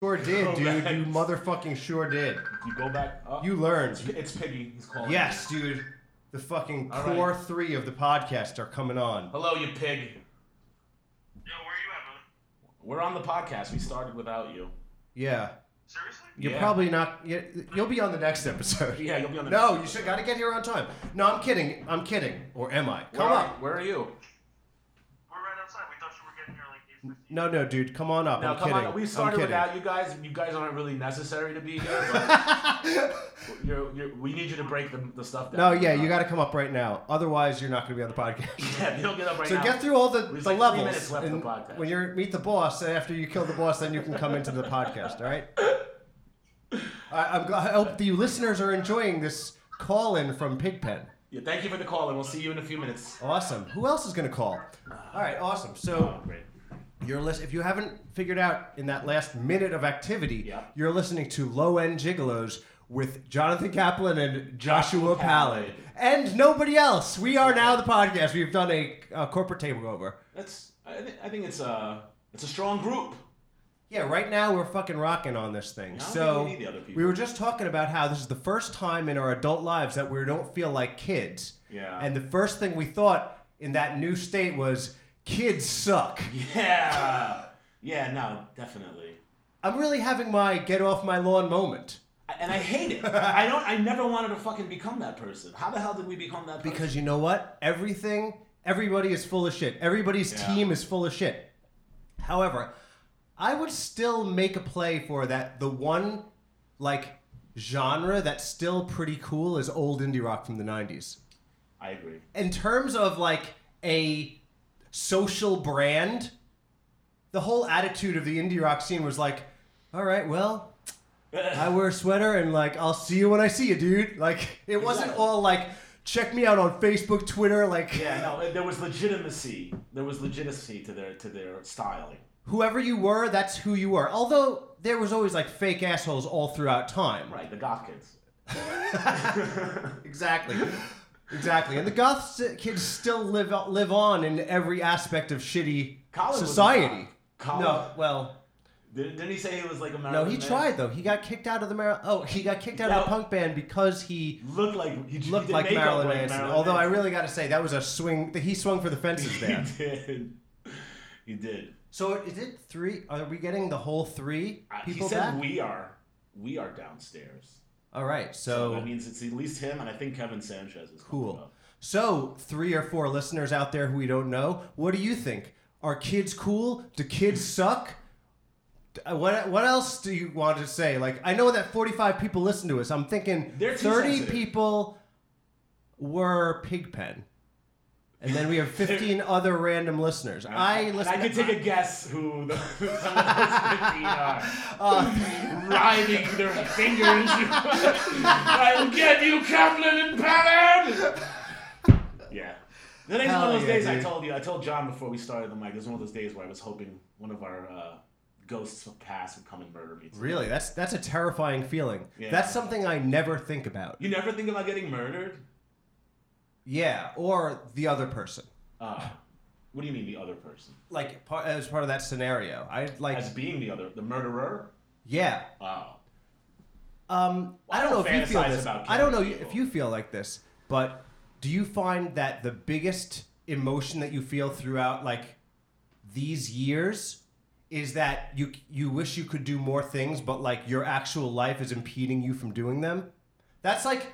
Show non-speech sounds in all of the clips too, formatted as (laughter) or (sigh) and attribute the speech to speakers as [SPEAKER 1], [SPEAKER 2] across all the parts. [SPEAKER 1] (laughs)
[SPEAKER 2] Sure did,
[SPEAKER 1] Go
[SPEAKER 2] dude.
[SPEAKER 1] back.
[SPEAKER 2] You motherfucking sure did.
[SPEAKER 1] You go back up.
[SPEAKER 2] You learned.
[SPEAKER 1] It's Piggy. He's calling.
[SPEAKER 2] Yes, dude. The fucking
[SPEAKER 1] All right.
[SPEAKER 2] core three of the podcast are coming on.
[SPEAKER 1] Hello, you pig.
[SPEAKER 3] Yo, where you at, man?
[SPEAKER 1] We're on the podcast. We started without you.
[SPEAKER 2] Yeah.
[SPEAKER 3] Seriously?
[SPEAKER 2] You're
[SPEAKER 1] Yeah.
[SPEAKER 2] probably not. you- You'll be on the next episode.
[SPEAKER 1] Yeah, you'll be on
[SPEAKER 2] (laughs)
[SPEAKER 1] the.
[SPEAKER 2] No,
[SPEAKER 1] next
[SPEAKER 2] you should
[SPEAKER 1] episode.
[SPEAKER 2] got to get here on time. No, I'm kidding. I'm kidding. Or am I? Come
[SPEAKER 1] where
[SPEAKER 2] up.
[SPEAKER 1] Are, where are you?
[SPEAKER 3] We're right outside. We thought you were getting here like 8.15.
[SPEAKER 2] No, no, dude. Come on up.
[SPEAKER 1] No,
[SPEAKER 2] I'm
[SPEAKER 1] come
[SPEAKER 2] kidding.
[SPEAKER 1] on. We
[SPEAKER 2] I'm
[SPEAKER 1] started
[SPEAKER 2] kidding.
[SPEAKER 1] without you guys. You guys aren't really necessary to be here. But
[SPEAKER 2] (laughs)
[SPEAKER 1] you're, you're, we need you to break the, the stuff down.
[SPEAKER 2] no, yeah, you got to come up right now. Otherwise, you're not going to be on the podcast.
[SPEAKER 1] (laughs) Yeah, if you don't get up right
[SPEAKER 2] So
[SPEAKER 1] now.
[SPEAKER 2] get through all the,
[SPEAKER 1] There's
[SPEAKER 2] the
[SPEAKER 1] like three
[SPEAKER 2] levels.
[SPEAKER 1] minutes left of
[SPEAKER 2] and
[SPEAKER 1] the podcast.
[SPEAKER 2] When you meet the boss, and after you kill the boss, then you can come into the podcast. All right. I, I'm, gl- I hope the listeners are enjoying this call in from Pigpen.
[SPEAKER 1] Yeah, thank you for the call, and we'll see you in a few minutes.
[SPEAKER 2] Awesome. Who else is going to call? All right. Awesome. So.
[SPEAKER 1] great.
[SPEAKER 2] You're list- if you haven't figured out in that last minute of activity,
[SPEAKER 1] Yeah.
[SPEAKER 2] you're listening to Low End Gigolos with Jonathan Kaplan and Joshua Pallid.
[SPEAKER 1] Pallid.
[SPEAKER 2] And nobody else. We are now the podcast. We've done a, a corporate takeover.
[SPEAKER 1] That's. I, th- I think it's a it's a strong group. (laughs)
[SPEAKER 2] Yeah, right now we're fucking rocking on this thing.
[SPEAKER 1] Yeah, I don't
[SPEAKER 2] so
[SPEAKER 1] think we need the other people.
[SPEAKER 2] we were just talking about how this is the first time in our adult lives that we don't feel like kids.
[SPEAKER 1] Yeah.
[SPEAKER 2] And the first thing we thought in that new state was kids suck.
[SPEAKER 1] Yeah. Yeah. No, definitely.
[SPEAKER 2] I'm really having my get off my lawn moment.
[SPEAKER 1] I- And I hate it. I don't. I never wanted to fucking become that person. How the hell did we become that? Person?
[SPEAKER 2] Because you know what? Everything, everybody is full of shit. Everybody's
[SPEAKER 1] Yeah.
[SPEAKER 2] team is full of shit. However, I would still make a play for that. The one, like, genre that's still pretty cool is old indie rock from the 90s.
[SPEAKER 1] I agree.
[SPEAKER 2] In terms of, like, a social brand, the whole attitude of the indie rock scene was like, all right, well, I wear a sweater and like I'll see you when I see you, dude. Like it wasn't
[SPEAKER 1] Exactly.
[SPEAKER 2] all like check me out on Facebook, Twitter, like
[SPEAKER 1] (laughs) Yeah. No. There was legitimacy. There was legitimacy to their to their styling.
[SPEAKER 2] whoever you were, that's who you were. Although there was always like fake assholes all throughout time.
[SPEAKER 1] Right. The
[SPEAKER 2] (laughs)
[SPEAKER 1] goth kids. (laughs)
[SPEAKER 2] Exactly. exactly. And the goth s- kids still live live on in every aspect of shitty
[SPEAKER 1] Colin was a
[SPEAKER 2] society.
[SPEAKER 1] goth. Colin-
[SPEAKER 2] No, well,
[SPEAKER 1] Did, didn't he say he was like a
[SPEAKER 2] no,
[SPEAKER 1] Marilyn?
[SPEAKER 2] he
[SPEAKER 1] man?
[SPEAKER 2] tried though. He got kicked out of the Mar- Oh, he got kicked out of
[SPEAKER 1] No.
[SPEAKER 2] the punk band because he
[SPEAKER 1] Looked like he he
[SPEAKER 2] looked
[SPEAKER 1] did
[SPEAKER 2] like
[SPEAKER 1] makeup
[SPEAKER 2] Marilyn Manson.
[SPEAKER 1] Marilyn
[SPEAKER 2] Although I
[SPEAKER 1] Manson.
[SPEAKER 2] really got to say that was a swing. He swung for the fences
[SPEAKER 1] (laughs)
[SPEAKER 2] there.
[SPEAKER 1] He did. He did.
[SPEAKER 2] So is it three? Are we getting the whole three
[SPEAKER 1] Uh,
[SPEAKER 2] people
[SPEAKER 1] he said
[SPEAKER 2] back?
[SPEAKER 1] we are we are downstairs.
[SPEAKER 2] All right,
[SPEAKER 1] So
[SPEAKER 2] so
[SPEAKER 1] that means it's at least him, and I think Kevin Sanchez is
[SPEAKER 2] cool. So three or four listeners out there who we don't know, what do you think? Are kids cool? Do kids suck? D- uh, What what else do you want to say? Like I know that forty five people listen to us. I'm thinking
[SPEAKER 1] They're too
[SPEAKER 2] thirty
[SPEAKER 1] sensitive.
[SPEAKER 2] people were pigpen, and then we have
[SPEAKER 1] (laughs)
[SPEAKER 2] fifteen other random listeners. I
[SPEAKER 1] And
[SPEAKER 2] listen.
[SPEAKER 1] I can
[SPEAKER 2] (laughs)
[SPEAKER 1] take a guess who the, (laughs) who some of those 15 are.
[SPEAKER 2] Uh,
[SPEAKER 1] Writhing their fingers. (laughs) I'll get you, Kaplan and Pallad! Yeah. Today's one
[SPEAKER 2] Hell
[SPEAKER 1] of those
[SPEAKER 2] yeah,
[SPEAKER 1] days I
[SPEAKER 2] dude.
[SPEAKER 1] told you, I told John before we started the mic, it was one of those days where I was hoping one of our uh, ghosts of past would come and murder me.
[SPEAKER 2] Really, that's that's a terrifying feeling.
[SPEAKER 1] Yeah.
[SPEAKER 2] That's something I never think about.
[SPEAKER 1] You never think about getting murdered?
[SPEAKER 2] Yeah, or the other person.
[SPEAKER 1] Uh, what do you mean the other person?
[SPEAKER 2] Like part, as part of that scenario, I like.
[SPEAKER 1] As being the other, the murderer?
[SPEAKER 2] yeah.
[SPEAKER 1] Oh.
[SPEAKER 2] Um, I
[SPEAKER 1] I
[SPEAKER 2] don't know
[SPEAKER 1] don't
[SPEAKER 2] if you feel
[SPEAKER 1] fantasize
[SPEAKER 2] this.
[SPEAKER 1] about
[SPEAKER 2] I don't know
[SPEAKER 1] killing
[SPEAKER 2] if
[SPEAKER 1] people.
[SPEAKER 2] you feel like this, but do you find that the biggest emotion that you feel throughout like these years is that you you wish you could do more things, but like your actual life is impeding you from doing them? That's like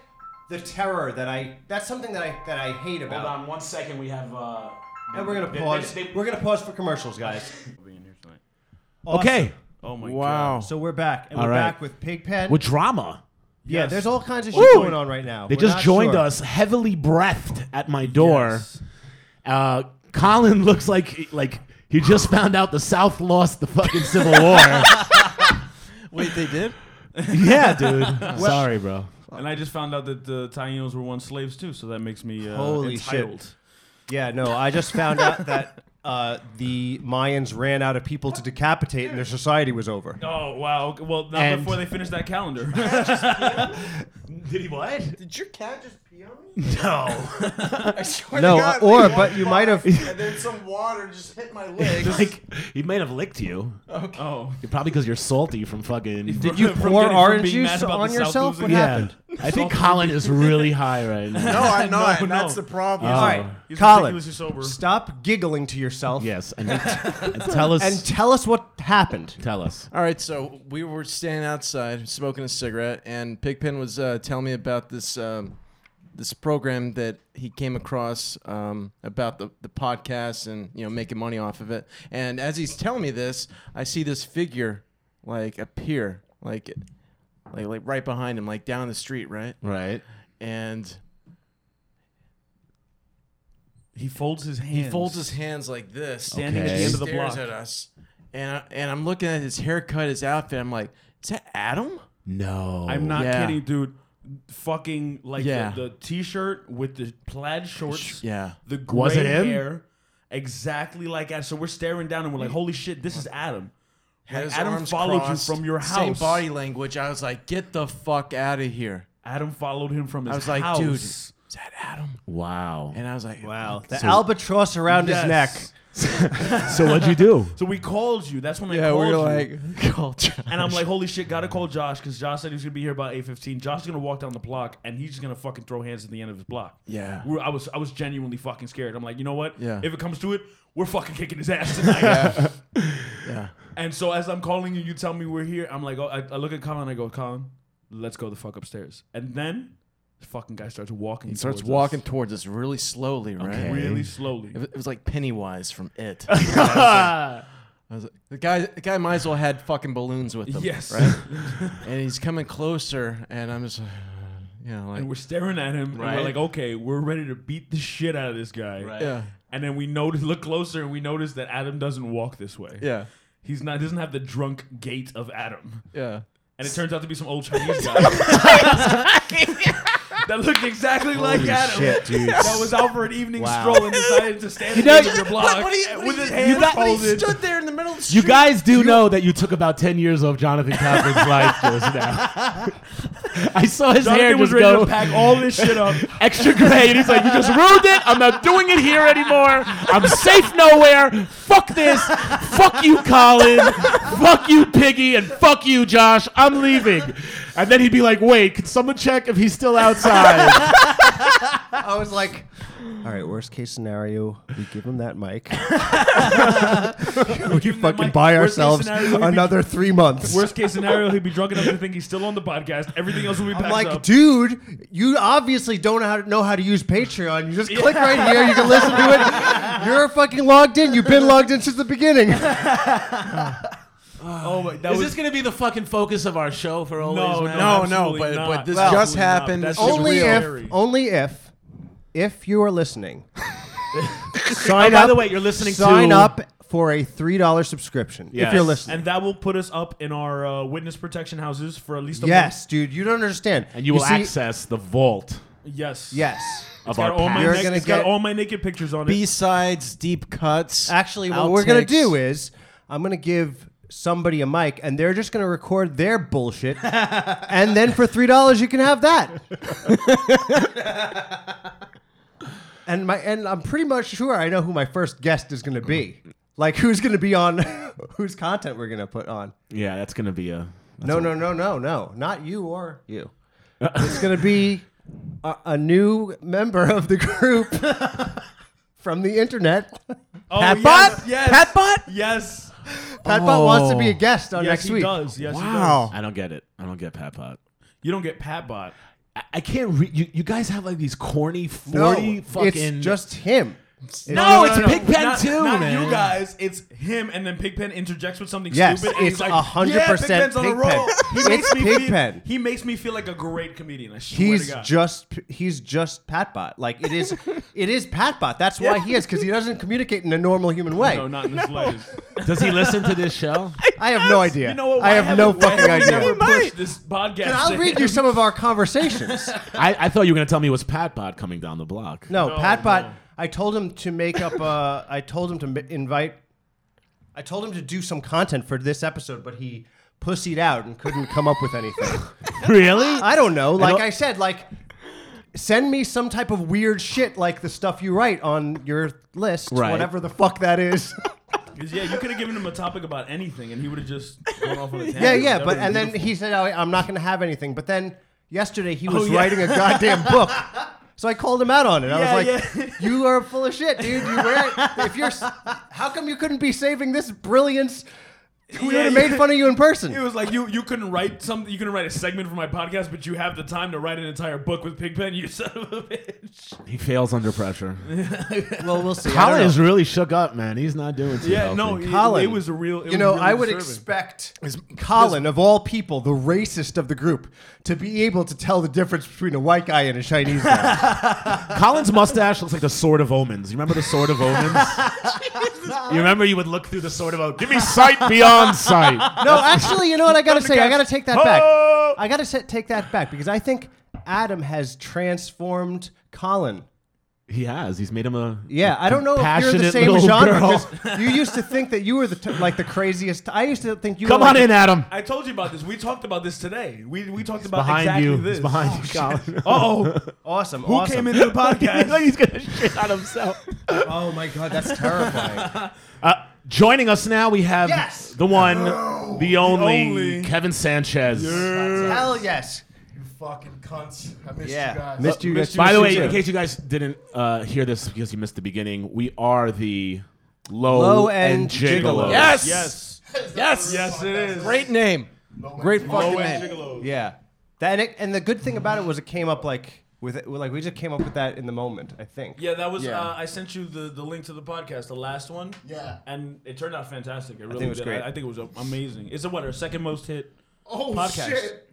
[SPEAKER 2] the terror that I. That's something that I that I hate about.
[SPEAKER 1] Hold on one second. We have. Uh,
[SPEAKER 2] And we're gonna
[SPEAKER 1] they- they-
[SPEAKER 2] pause.
[SPEAKER 1] they-
[SPEAKER 2] We're gonna pause for commercials, guys.
[SPEAKER 4] being here tonight.
[SPEAKER 1] okay.
[SPEAKER 4] Oh my
[SPEAKER 1] Wow.
[SPEAKER 2] So we're back, and
[SPEAKER 1] All
[SPEAKER 2] we're
[SPEAKER 1] right.
[SPEAKER 2] back with Pigpen.
[SPEAKER 1] With drama.
[SPEAKER 2] yeah,
[SPEAKER 4] Yes.
[SPEAKER 2] there's all kinds of shit
[SPEAKER 1] Woo!
[SPEAKER 2] going on right now.
[SPEAKER 1] They
[SPEAKER 2] We're
[SPEAKER 1] just
[SPEAKER 2] not
[SPEAKER 1] joined
[SPEAKER 2] sure.
[SPEAKER 1] us, heavily breathed at my door.
[SPEAKER 4] Yes.
[SPEAKER 1] Uh,
[SPEAKER 5] (laughs)
[SPEAKER 1] Colin looks like like he just found out the South lost the fucking Civil War.
[SPEAKER 4] Wait, they did?
[SPEAKER 1] yeah, dude. Sorry, bro.
[SPEAKER 4] And I just found out that the Tainos were once slaves too, so that makes me uh,
[SPEAKER 2] Holy shit.
[SPEAKER 4] entitled.
[SPEAKER 2] Yeah, no, I just found (laughs) out that uh, the Mayans ran out of people to decapitate, and their society was over.
[SPEAKER 4] Oh wow! Okay, Well, not
[SPEAKER 1] And-
[SPEAKER 4] (laughs) before they finish that calendar.
[SPEAKER 1] Did he what?
[SPEAKER 6] Did your cat just pee?
[SPEAKER 7] Beyond?
[SPEAKER 4] No.
[SPEAKER 7] I swear
[SPEAKER 2] No,
[SPEAKER 7] to God,
[SPEAKER 2] uh, or,
[SPEAKER 7] like,
[SPEAKER 2] but you
[SPEAKER 4] (laughs)
[SPEAKER 7] walked
[SPEAKER 2] might have-
[SPEAKER 7] by And then some water just hit my
[SPEAKER 5] (laughs)
[SPEAKER 7] leg.
[SPEAKER 5] like he might have licked you.
[SPEAKER 7] okay.
[SPEAKER 4] Oh.
[SPEAKER 5] Probably because you're salty from fucking.
[SPEAKER 2] Did you
[SPEAKER 4] From
[SPEAKER 2] pour
[SPEAKER 4] getting- from
[SPEAKER 2] orange
[SPEAKER 4] being
[SPEAKER 2] juice
[SPEAKER 4] mad about
[SPEAKER 2] on
[SPEAKER 4] the South
[SPEAKER 2] yourself?
[SPEAKER 4] losing?
[SPEAKER 2] What happened?
[SPEAKER 5] I think Colin is really high right now.
[SPEAKER 7] No, Oh,
[SPEAKER 4] (laughs)
[SPEAKER 7] I'm
[SPEAKER 4] No,
[SPEAKER 7] not.
[SPEAKER 4] no.
[SPEAKER 7] That's the problem.
[SPEAKER 2] All right,
[SPEAKER 4] He's
[SPEAKER 2] Colin,
[SPEAKER 4] ridiculously sober.
[SPEAKER 2] stop giggling to yourself
[SPEAKER 5] Yes, and, then t- and tell us.
[SPEAKER 2] and tell us what happened.
[SPEAKER 5] tell us.
[SPEAKER 7] All right, so we were standing outside smoking a cigarette, and Pigpen was uh, telling me about this um, this program that he came across um, about the, the podcast and you know making money off of it. And as he's telling me this, I see this figure like appear, like like like right behind him, like down the street, right?
[SPEAKER 5] Right.
[SPEAKER 7] And
[SPEAKER 4] He folds his hands.
[SPEAKER 7] He folds his hands like this,
[SPEAKER 4] Standing
[SPEAKER 5] at the
[SPEAKER 7] and
[SPEAKER 5] end
[SPEAKER 4] of the
[SPEAKER 7] stares
[SPEAKER 4] block.
[SPEAKER 7] at us, and I, and I'm looking at his haircut, his outfit. I'm like, is that Adam?
[SPEAKER 5] No.
[SPEAKER 4] I'm not
[SPEAKER 7] Oh, Yeah.
[SPEAKER 4] kidding, dude. Fucking like
[SPEAKER 7] Yeah.
[SPEAKER 4] the, the t-shirt with the plaid shorts.
[SPEAKER 7] Yeah.
[SPEAKER 4] The gray
[SPEAKER 5] Was it him?
[SPEAKER 4] hair, exactly like Adam. So we're staring down and we're like, "Holy shit, this is Adam."
[SPEAKER 7] Had
[SPEAKER 4] Like,
[SPEAKER 7] his
[SPEAKER 4] Adam
[SPEAKER 7] arms
[SPEAKER 4] followed
[SPEAKER 7] crossed,
[SPEAKER 4] you from your house.
[SPEAKER 7] Same body language. I was like, get the fuck out of here.
[SPEAKER 4] Adam followed him from his
[SPEAKER 7] I was like,
[SPEAKER 4] house.
[SPEAKER 7] dude, is that Adam?
[SPEAKER 5] Wow.
[SPEAKER 7] And I was like,
[SPEAKER 2] Wow, the albatross around
[SPEAKER 4] Yes.
[SPEAKER 2] his neck.
[SPEAKER 4] (laughs)
[SPEAKER 5] So what'd you do?
[SPEAKER 4] So we called you. That's when I
[SPEAKER 7] Yeah,
[SPEAKER 4] called
[SPEAKER 7] we
[SPEAKER 4] you.
[SPEAKER 7] were like, (laughs) culture.
[SPEAKER 4] and I'm like, holy shit, gotta call Josh because Josh said he was gonna be here about 8:15. Josh is gonna walk down the block and he's just gonna fucking throw hands at the end of his block.
[SPEAKER 7] Yeah.
[SPEAKER 4] We're- I was I was genuinely fucking scared. I'm like, you know what?
[SPEAKER 7] Yeah.
[SPEAKER 4] If it comes to it, we're fucking kicking his ass tonight. (laughs)
[SPEAKER 7] yeah.
[SPEAKER 4] And so as I'm calling you, you tell me we're here. I'm like, oh, I, I look at Colin. I go, Colin, let's go the fuck upstairs. And then this fucking guy starts walking.
[SPEAKER 7] He starts
[SPEAKER 4] towards us.
[SPEAKER 7] walking towards us really slowly, right?
[SPEAKER 5] Okay.
[SPEAKER 4] really slowly.
[SPEAKER 7] It was, it was like Pennywise from It.
[SPEAKER 5] (laughs)
[SPEAKER 7] I was like- I was like- the guy, the guy might as well had fucking balloons with him.
[SPEAKER 4] Yes.
[SPEAKER 5] (laughs)
[SPEAKER 7] right. and he's coming closer, and I'm just, like, you know, like
[SPEAKER 4] And we're staring at him, and
[SPEAKER 5] Right.
[SPEAKER 4] we're like, okay, we're ready to beat the shit out of this guy.
[SPEAKER 5] Right.
[SPEAKER 7] yeah,
[SPEAKER 4] And then we notice, look closer, and we notice that Adam doesn't walk this way.
[SPEAKER 7] yeah,
[SPEAKER 4] He's not doesn't have the drunk gait of Adam.
[SPEAKER 7] yeah.
[SPEAKER 4] And it turns out to be some old Chinese guy that looked exactly like Adam.
[SPEAKER 2] shit, dude.
[SPEAKER 4] That was out for an evening
[SPEAKER 2] Wow.
[SPEAKER 4] stroll and decided to stand at
[SPEAKER 2] know,
[SPEAKER 4] the end of
[SPEAKER 2] you-
[SPEAKER 4] your block
[SPEAKER 7] But he- but
[SPEAKER 4] with
[SPEAKER 7] he-
[SPEAKER 4] his
[SPEAKER 7] you
[SPEAKER 4] hands
[SPEAKER 7] got- but he
[SPEAKER 4] folded.
[SPEAKER 7] stood there in the middle of the street.
[SPEAKER 5] You guys do know that you took about ten years off Jonathan Cochran's life just now. I saw his hair
[SPEAKER 4] Jonathan
[SPEAKER 5] just
[SPEAKER 4] was ready
[SPEAKER 5] go
[SPEAKER 4] to pack all this shit up.
[SPEAKER 5] extra gray, and he's like, "You just ruined it. I'm not doing it here anymore. I'm safe nowhere. Fuck this. Fuck you, Colin. Fuck you, Piggy, and fuck you, Josh. I'm leaving." And then he'd be like, "Wait, can someone check if he's still outside?"
[SPEAKER 2] I was like, all right, worst case scenario, we give him that
[SPEAKER 4] (laughs)
[SPEAKER 2] mic. we
[SPEAKER 4] him that
[SPEAKER 2] fucking
[SPEAKER 4] mic.
[SPEAKER 2] buy
[SPEAKER 4] Worst case
[SPEAKER 2] ourselves
[SPEAKER 4] scenario, he'd be-
[SPEAKER 2] another three months.
[SPEAKER 4] Worst case scenario, he'd be drunk enough to think he's still on the podcast. Everything else will be
[SPEAKER 2] I'm
[SPEAKER 4] packed
[SPEAKER 2] like,
[SPEAKER 4] up.
[SPEAKER 2] dude, you obviously don't know how to, know how to use Patreon. You just click right here. You can listen to
[SPEAKER 5] (laughs)
[SPEAKER 2] it. You're fucking logged in. You've been logged in since the beginning.
[SPEAKER 4] oh my, that was
[SPEAKER 5] gonna be the fucking focus of our show for always?
[SPEAKER 4] no,
[SPEAKER 5] man?
[SPEAKER 4] no,
[SPEAKER 7] No, no,
[SPEAKER 4] absolutely
[SPEAKER 7] but-
[SPEAKER 4] not.
[SPEAKER 7] but this
[SPEAKER 4] Absolutely
[SPEAKER 7] just
[SPEAKER 4] not.
[SPEAKER 7] happened.
[SPEAKER 4] That's just
[SPEAKER 2] only
[SPEAKER 4] real.
[SPEAKER 2] if,
[SPEAKER 4] Scary.
[SPEAKER 2] only if, if you are
[SPEAKER 5] (laughs)
[SPEAKER 2] listening,
[SPEAKER 5] Oh,
[SPEAKER 2] sign
[SPEAKER 5] by
[SPEAKER 2] up.
[SPEAKER 5] the way, you're listening
[SPEAKER 2] sign
[SPEAKER 5] to
[SPEAKER 2] up for a three dollar subscription if you're
[SPEAKER 5] Yes.
[SPEAKER 2] listening.
[SPEAKER 4] and that will put us up in our uh, witness protection houses for at least a
[SPEAKER 2] yes, dude, you don't understand.
[SPEAKER 5] and you will
[SPEAKER 2] see-
[SPEAKER 5] access the vault
[SPEAKER 4] month. Yes.
[SPEAKER 2] Yes.
[SPEAKER 5] of
[SPEAKER 4] It's got
[SPEAKER 5] our
[SPEAKER 4] all my,
[SPEAKER 2] You're
[SPEAKER 5] past.
[SPEAKER 4] naked-
[SPEAKER 2] gonna
[SPEAKER 4] it's got
[SPEAKER 2] get-
[SPEAKER 4] all my naked pictures on it.
[SPEAKER 7] B-sides, deep cuts.
[SPEAKER 2] Actually, what we're gonna
[SPEAKER 7] outtakes.
[SPEAKER 2] do is I'm gonna give somebody a mic, and they're just gonna record their bullshit, and then for three dollars you can have that. and my and I'm pretty much sure I know who my first guest is gonna be. Like who's gonna be on, (laughs) whose content we're gonna put on.
[SPEAKER 5] Yeah, that's gonna be a.
[SPEAKER 2] No, no, no, no, no. Not you or
[SPEAKER 5] (laughs)
[SPEAKER 2] you. It's going to be a, a new member of the group (laughs) from the internet.
[SPEAKER 4] Oh,
[SPEAKER 2] Pat
[SPEAKER 4] yes,
[SPEAKER 2] Bot?
[SPEAKER 4] Yes.
[SPEAKER 2] Pat Bot?
[SPEAKER 4] Yes.
[SPEAKER 5] Uh,
[SPEAKER 2] Pat Bot wants to be a guest on
[SPEAKER 4] Yes,
[SPEAKER 2] next
[SPEAKER 4] he
[SPEAKER 2] week.
[SPEAKER 4] does. Yes, he does.
[SPEAKER 7] Wow.
[SPEAKER 5] I don't get it. I don't get Pat Pot.
[SPEAKER 4] You don't get Pat Bot.
[SPEAKER 5] I, I can't. Re- you, you guys have like these corny
[SPEAKER 2] No,
[SPEAKER 5] forty fucking.
[SPEAKER 2] it's just him.
[SPEAKER 5] No, it's
[SPEAKER 4] Pigpen
[SPEAKER 5] Pigpen too,
[SPEAKER 4] not
[SPEAKER 5] man.
[SPEAKER 4] You guys, it's him, and then Pigpen interjects with something
[SPEAKER 2] Yes,
[SPEAKER 4] stupid. And
[SPEAKER 2] it's
[SPEAKER 4] he's like,
[SPEAKER 2] 100%
[SPEAKER 4] yeah, Pigpen's on a
[SPEAKER 2] Pigpen.
[SPEAKER 4] roll. He
[SPEAKER 2] It's
[SPEAKER 4] makes me
[SPEAKER 2] Pigpen.
[SPEAKER 4] Feel, he makes me feel like a great comedian. I swear
[SPEAKER 2] He's
[SPEAKER 4] to God.
[SPEAKER 2] just he's just Patbot. Like it
[SPEAKER 4] (laughs)
[SPEAKER 2] is it is Patbot. That's why he is because he doesn't communicate in a normal human way.
[SPEAKER 4] no, not in
[SPEAKER 2] (laughs)
[SPEAKER 4] the slightest.
[SPEAKER 5] Does he listen to this show?
[SPEAKER 2] I have no idea.
[SPEAKER 4] You know what?
[SPEAKER 2] I
[SPEAKER 4] Why
[SPEAKER 2] have no
[SPEAKER 4] haven't- why
[SPEAKER 2] fucking
[SPEAKER 4] have we
[SPEAKER 2] idea.
[SPEAKER 4] Never pushed this podcast.
[SPEAKER 2] I'll
[SPEAKER 4] to
[SPEAKER 2] read you
[SPEAKER 4] him?
[SPEAKER 2] some of our
[SPEAKER 4] (laughs)
[SPEAKER 2] conversations.
[SPEAKER 5] I, I thought you were gonna tell me it was Pat Pot coming down the block.
[SPEAKER 2] No,
[SPEAKER 4] No,
[SPEAKER 2] Patbot.
[SPEAKER 4] no.
[SPEAKER 2] I told him to make up. Uh, I told him to m- invite. I told him to do some content for this episode, but he pussied out and couldn't come up with anything.
[SPEAKER 5] really?
[SPEAKER 2] I don't know. Like
[SPEAKER 5] don't-
[SPEAKER 2] I said, like send me some type of weird shit like the stuff you write on your list,
[SPEAKER 7] Right.
[SPEAKER 2] whatever the fuck that
[SPEAKER 4] (laughs)
[SPEAKER 2] is. (laughs)
[SPEAKER 4] 'Cause, yeah, you could have given him a topic about anything, and he would have just gone off on a tangent.
[SPEAKER 2] yeah, yeah.
[SPEAKER 4] That
[SPEAKER 2] But
[SPEAKER 4] would've
[SPEAKER 2] and
[SPEAKER 4] been
[SPEAKER 2] then he said, oh, "I'm not going to have anything." But then yesterday he was
[SPEAKER 4] Oh, yeah.
[SPEAKER 2] writing a
[SPEAKER 4] (laughs)
[SPEAKER 2] goddamn book. So I called him out on it. I
[SPEAKER 4] Yeah,
[SPEAKER 2] was like, "You are full of shit, dude. You were if you're. s- How come you couldn't be saving this brilliance? We
[SPEAKER 4] Yeah,
[SPEAKER 2] would have
[SPEAKER 4] yeah.
[SPEAKER 2] made fun of you in person."
[SPEAKER 4] It was like (laughs) you you couldn't write something. You couldn't write a segment for my podcast, but you have the time to write an entire book with Pigpen. You (laughs) son of a bitch.
[SPEAKER 5] He fails under pressure.
[SPEAKER 2] well, we'll see. I don't
[SPEAKER 5] Colin
[SPEAKER 2] know.
[SPEAKER 5] is really shook up, man. He's not doing too
[SPEAKER 4] (laughs) Yeah,
[SPEAKER 5] healthy.
[SPEAKER 4] no, it,
[SPEAKER 2] Colin,
[SPEAKER 4] it was a real. It
[SPEAKER 2] you
[SPEAKER 4] was
[SPEAKER 2] know,
[SPEAKER 4] really
[SPEAKER 2] I would
[SPEAKER 4] disturbing.
[SPEAKER 2] expect Colin, of all people, the racist of the group, to be able to tell the difference between a white guy and a Chinese guy.
[SPEAKER 5] (laughs)
[SPEAKER 2] (laughs)
[SPEAKER 5] Colin's mustache looks like the Sword of Omens. You remember the Sword of Omens? you remember you would look through the Sword of Omens. Give me sight beyond sight.
[SPEAKER 2] no, Oh, actually, you know what? I gotta say, I gotta take that back.
[SPEAKER 5] Oh!
[SPEAKER 2] I gotta sa- take that back because I think Adam has transformed Colin.
[SPEAKER 5] He has. He's made him a
[SPEAKER 2] Yeah, I don't know if you're the
[SPEAKER 5] Passionate
[SPEAKER 2] same
[SPEAKER 5] little
[SPEAKER 2] genre.
[SPEAKER 5] girl.
[SPEAKER 2] 'cause You used to think that you were the t- like the craziest. I used to think you.
[SPEAKER 5] Come
[SPEAKER 2] were
[SPEAKER 5] on
[SPEAKER 2] like
[SPEAKER 5] in, Adam.
[SPEAKER 4] I told you about this. We talked about this today. We we talked about
[SPEAKER 5] Behind
[SPEAKER 4] exactly
[SPEAKER 5] you.
[SPEAKER 4] this.
[SPEAKER 5] He's behind you, Colin.
[SPEAKER 4] Oh,
[SPEAKER 2] (laughs) Awesome.
[SPEAKER 4] who
[SPEAKER 2] awesome.
[SPEAKER 4] came into the podcast?
[SPEAKER 5] (laughs) He's gonna shit on himself.
[SPEAKER 2] Oh my god, that's
[SPEAKER 4] (laughs)
[SPEAKER 2] terrifying.
[SPEAKER 5] Uh, joining us now, we have
[SPEAKER 2] Yes!
[SPEAKER 5] the one, the only,
[SPEAKER 4] only.
[SPEAKER 5] Kevin Sanchez.
[SPEAKER 2] Hell yes.
[SPEAKER 8] Fucking cunts. I missed
[SPEAKER 2] Yeah.
[SPEAKER 8] you guys.
[SPEAKER 2] Missed you.
[SPEAKER 4] Missed Uh, you.
[SPEAKER 5] By the way,
[SPEAKER 4] Too.
[SPEAKER 5] in case you guys didn't uh, hear this because you missed the beginning, we are the low,
[SPEAKER 2] Low
[SPEAKER 5] and
[SPEAKER 2] End
[SPEAKER 5] gigolo.
[SPEAKER 2] Gigolos.
[SPEAKER 7] Yes!
[SPEAKER 4] Yes.
[SPEAKER 7] Yes.
[SPEAKER 4] Yes, it is.
[SPEAKER 7] Great name. Great fucking
[SPEAKER 4] Low end
[SPEAKER 7] name.
[SPEAKER 4] gigolos.
[SPEAKER 2] Yeah. That and, it, and the good thing about it was it came up like with it, like we just came up with that in the moment. I think.
[SPEAKER 4] Yeah, that was.
[SPEAKER 7] Yeah.
[SPEAKER 4] Uh, I sent you the, the link to the podcast, the last one.
[SPEAKER 8] Yeah.
[SPEAKER 4] and it turned out fantastic. It really
[SPEAKER 2] think it was
[SPEAKER 4] did.
[SPEAKER 2] great.
[SPEAKER 4] I, I think it was a- amazing. It's a, what our second most hit.
[SPEAKER 8] Oh
[SPEAKER 4] Podcast.
[SPEAKER 8] shit.
[SPEAKER 4] (laughs)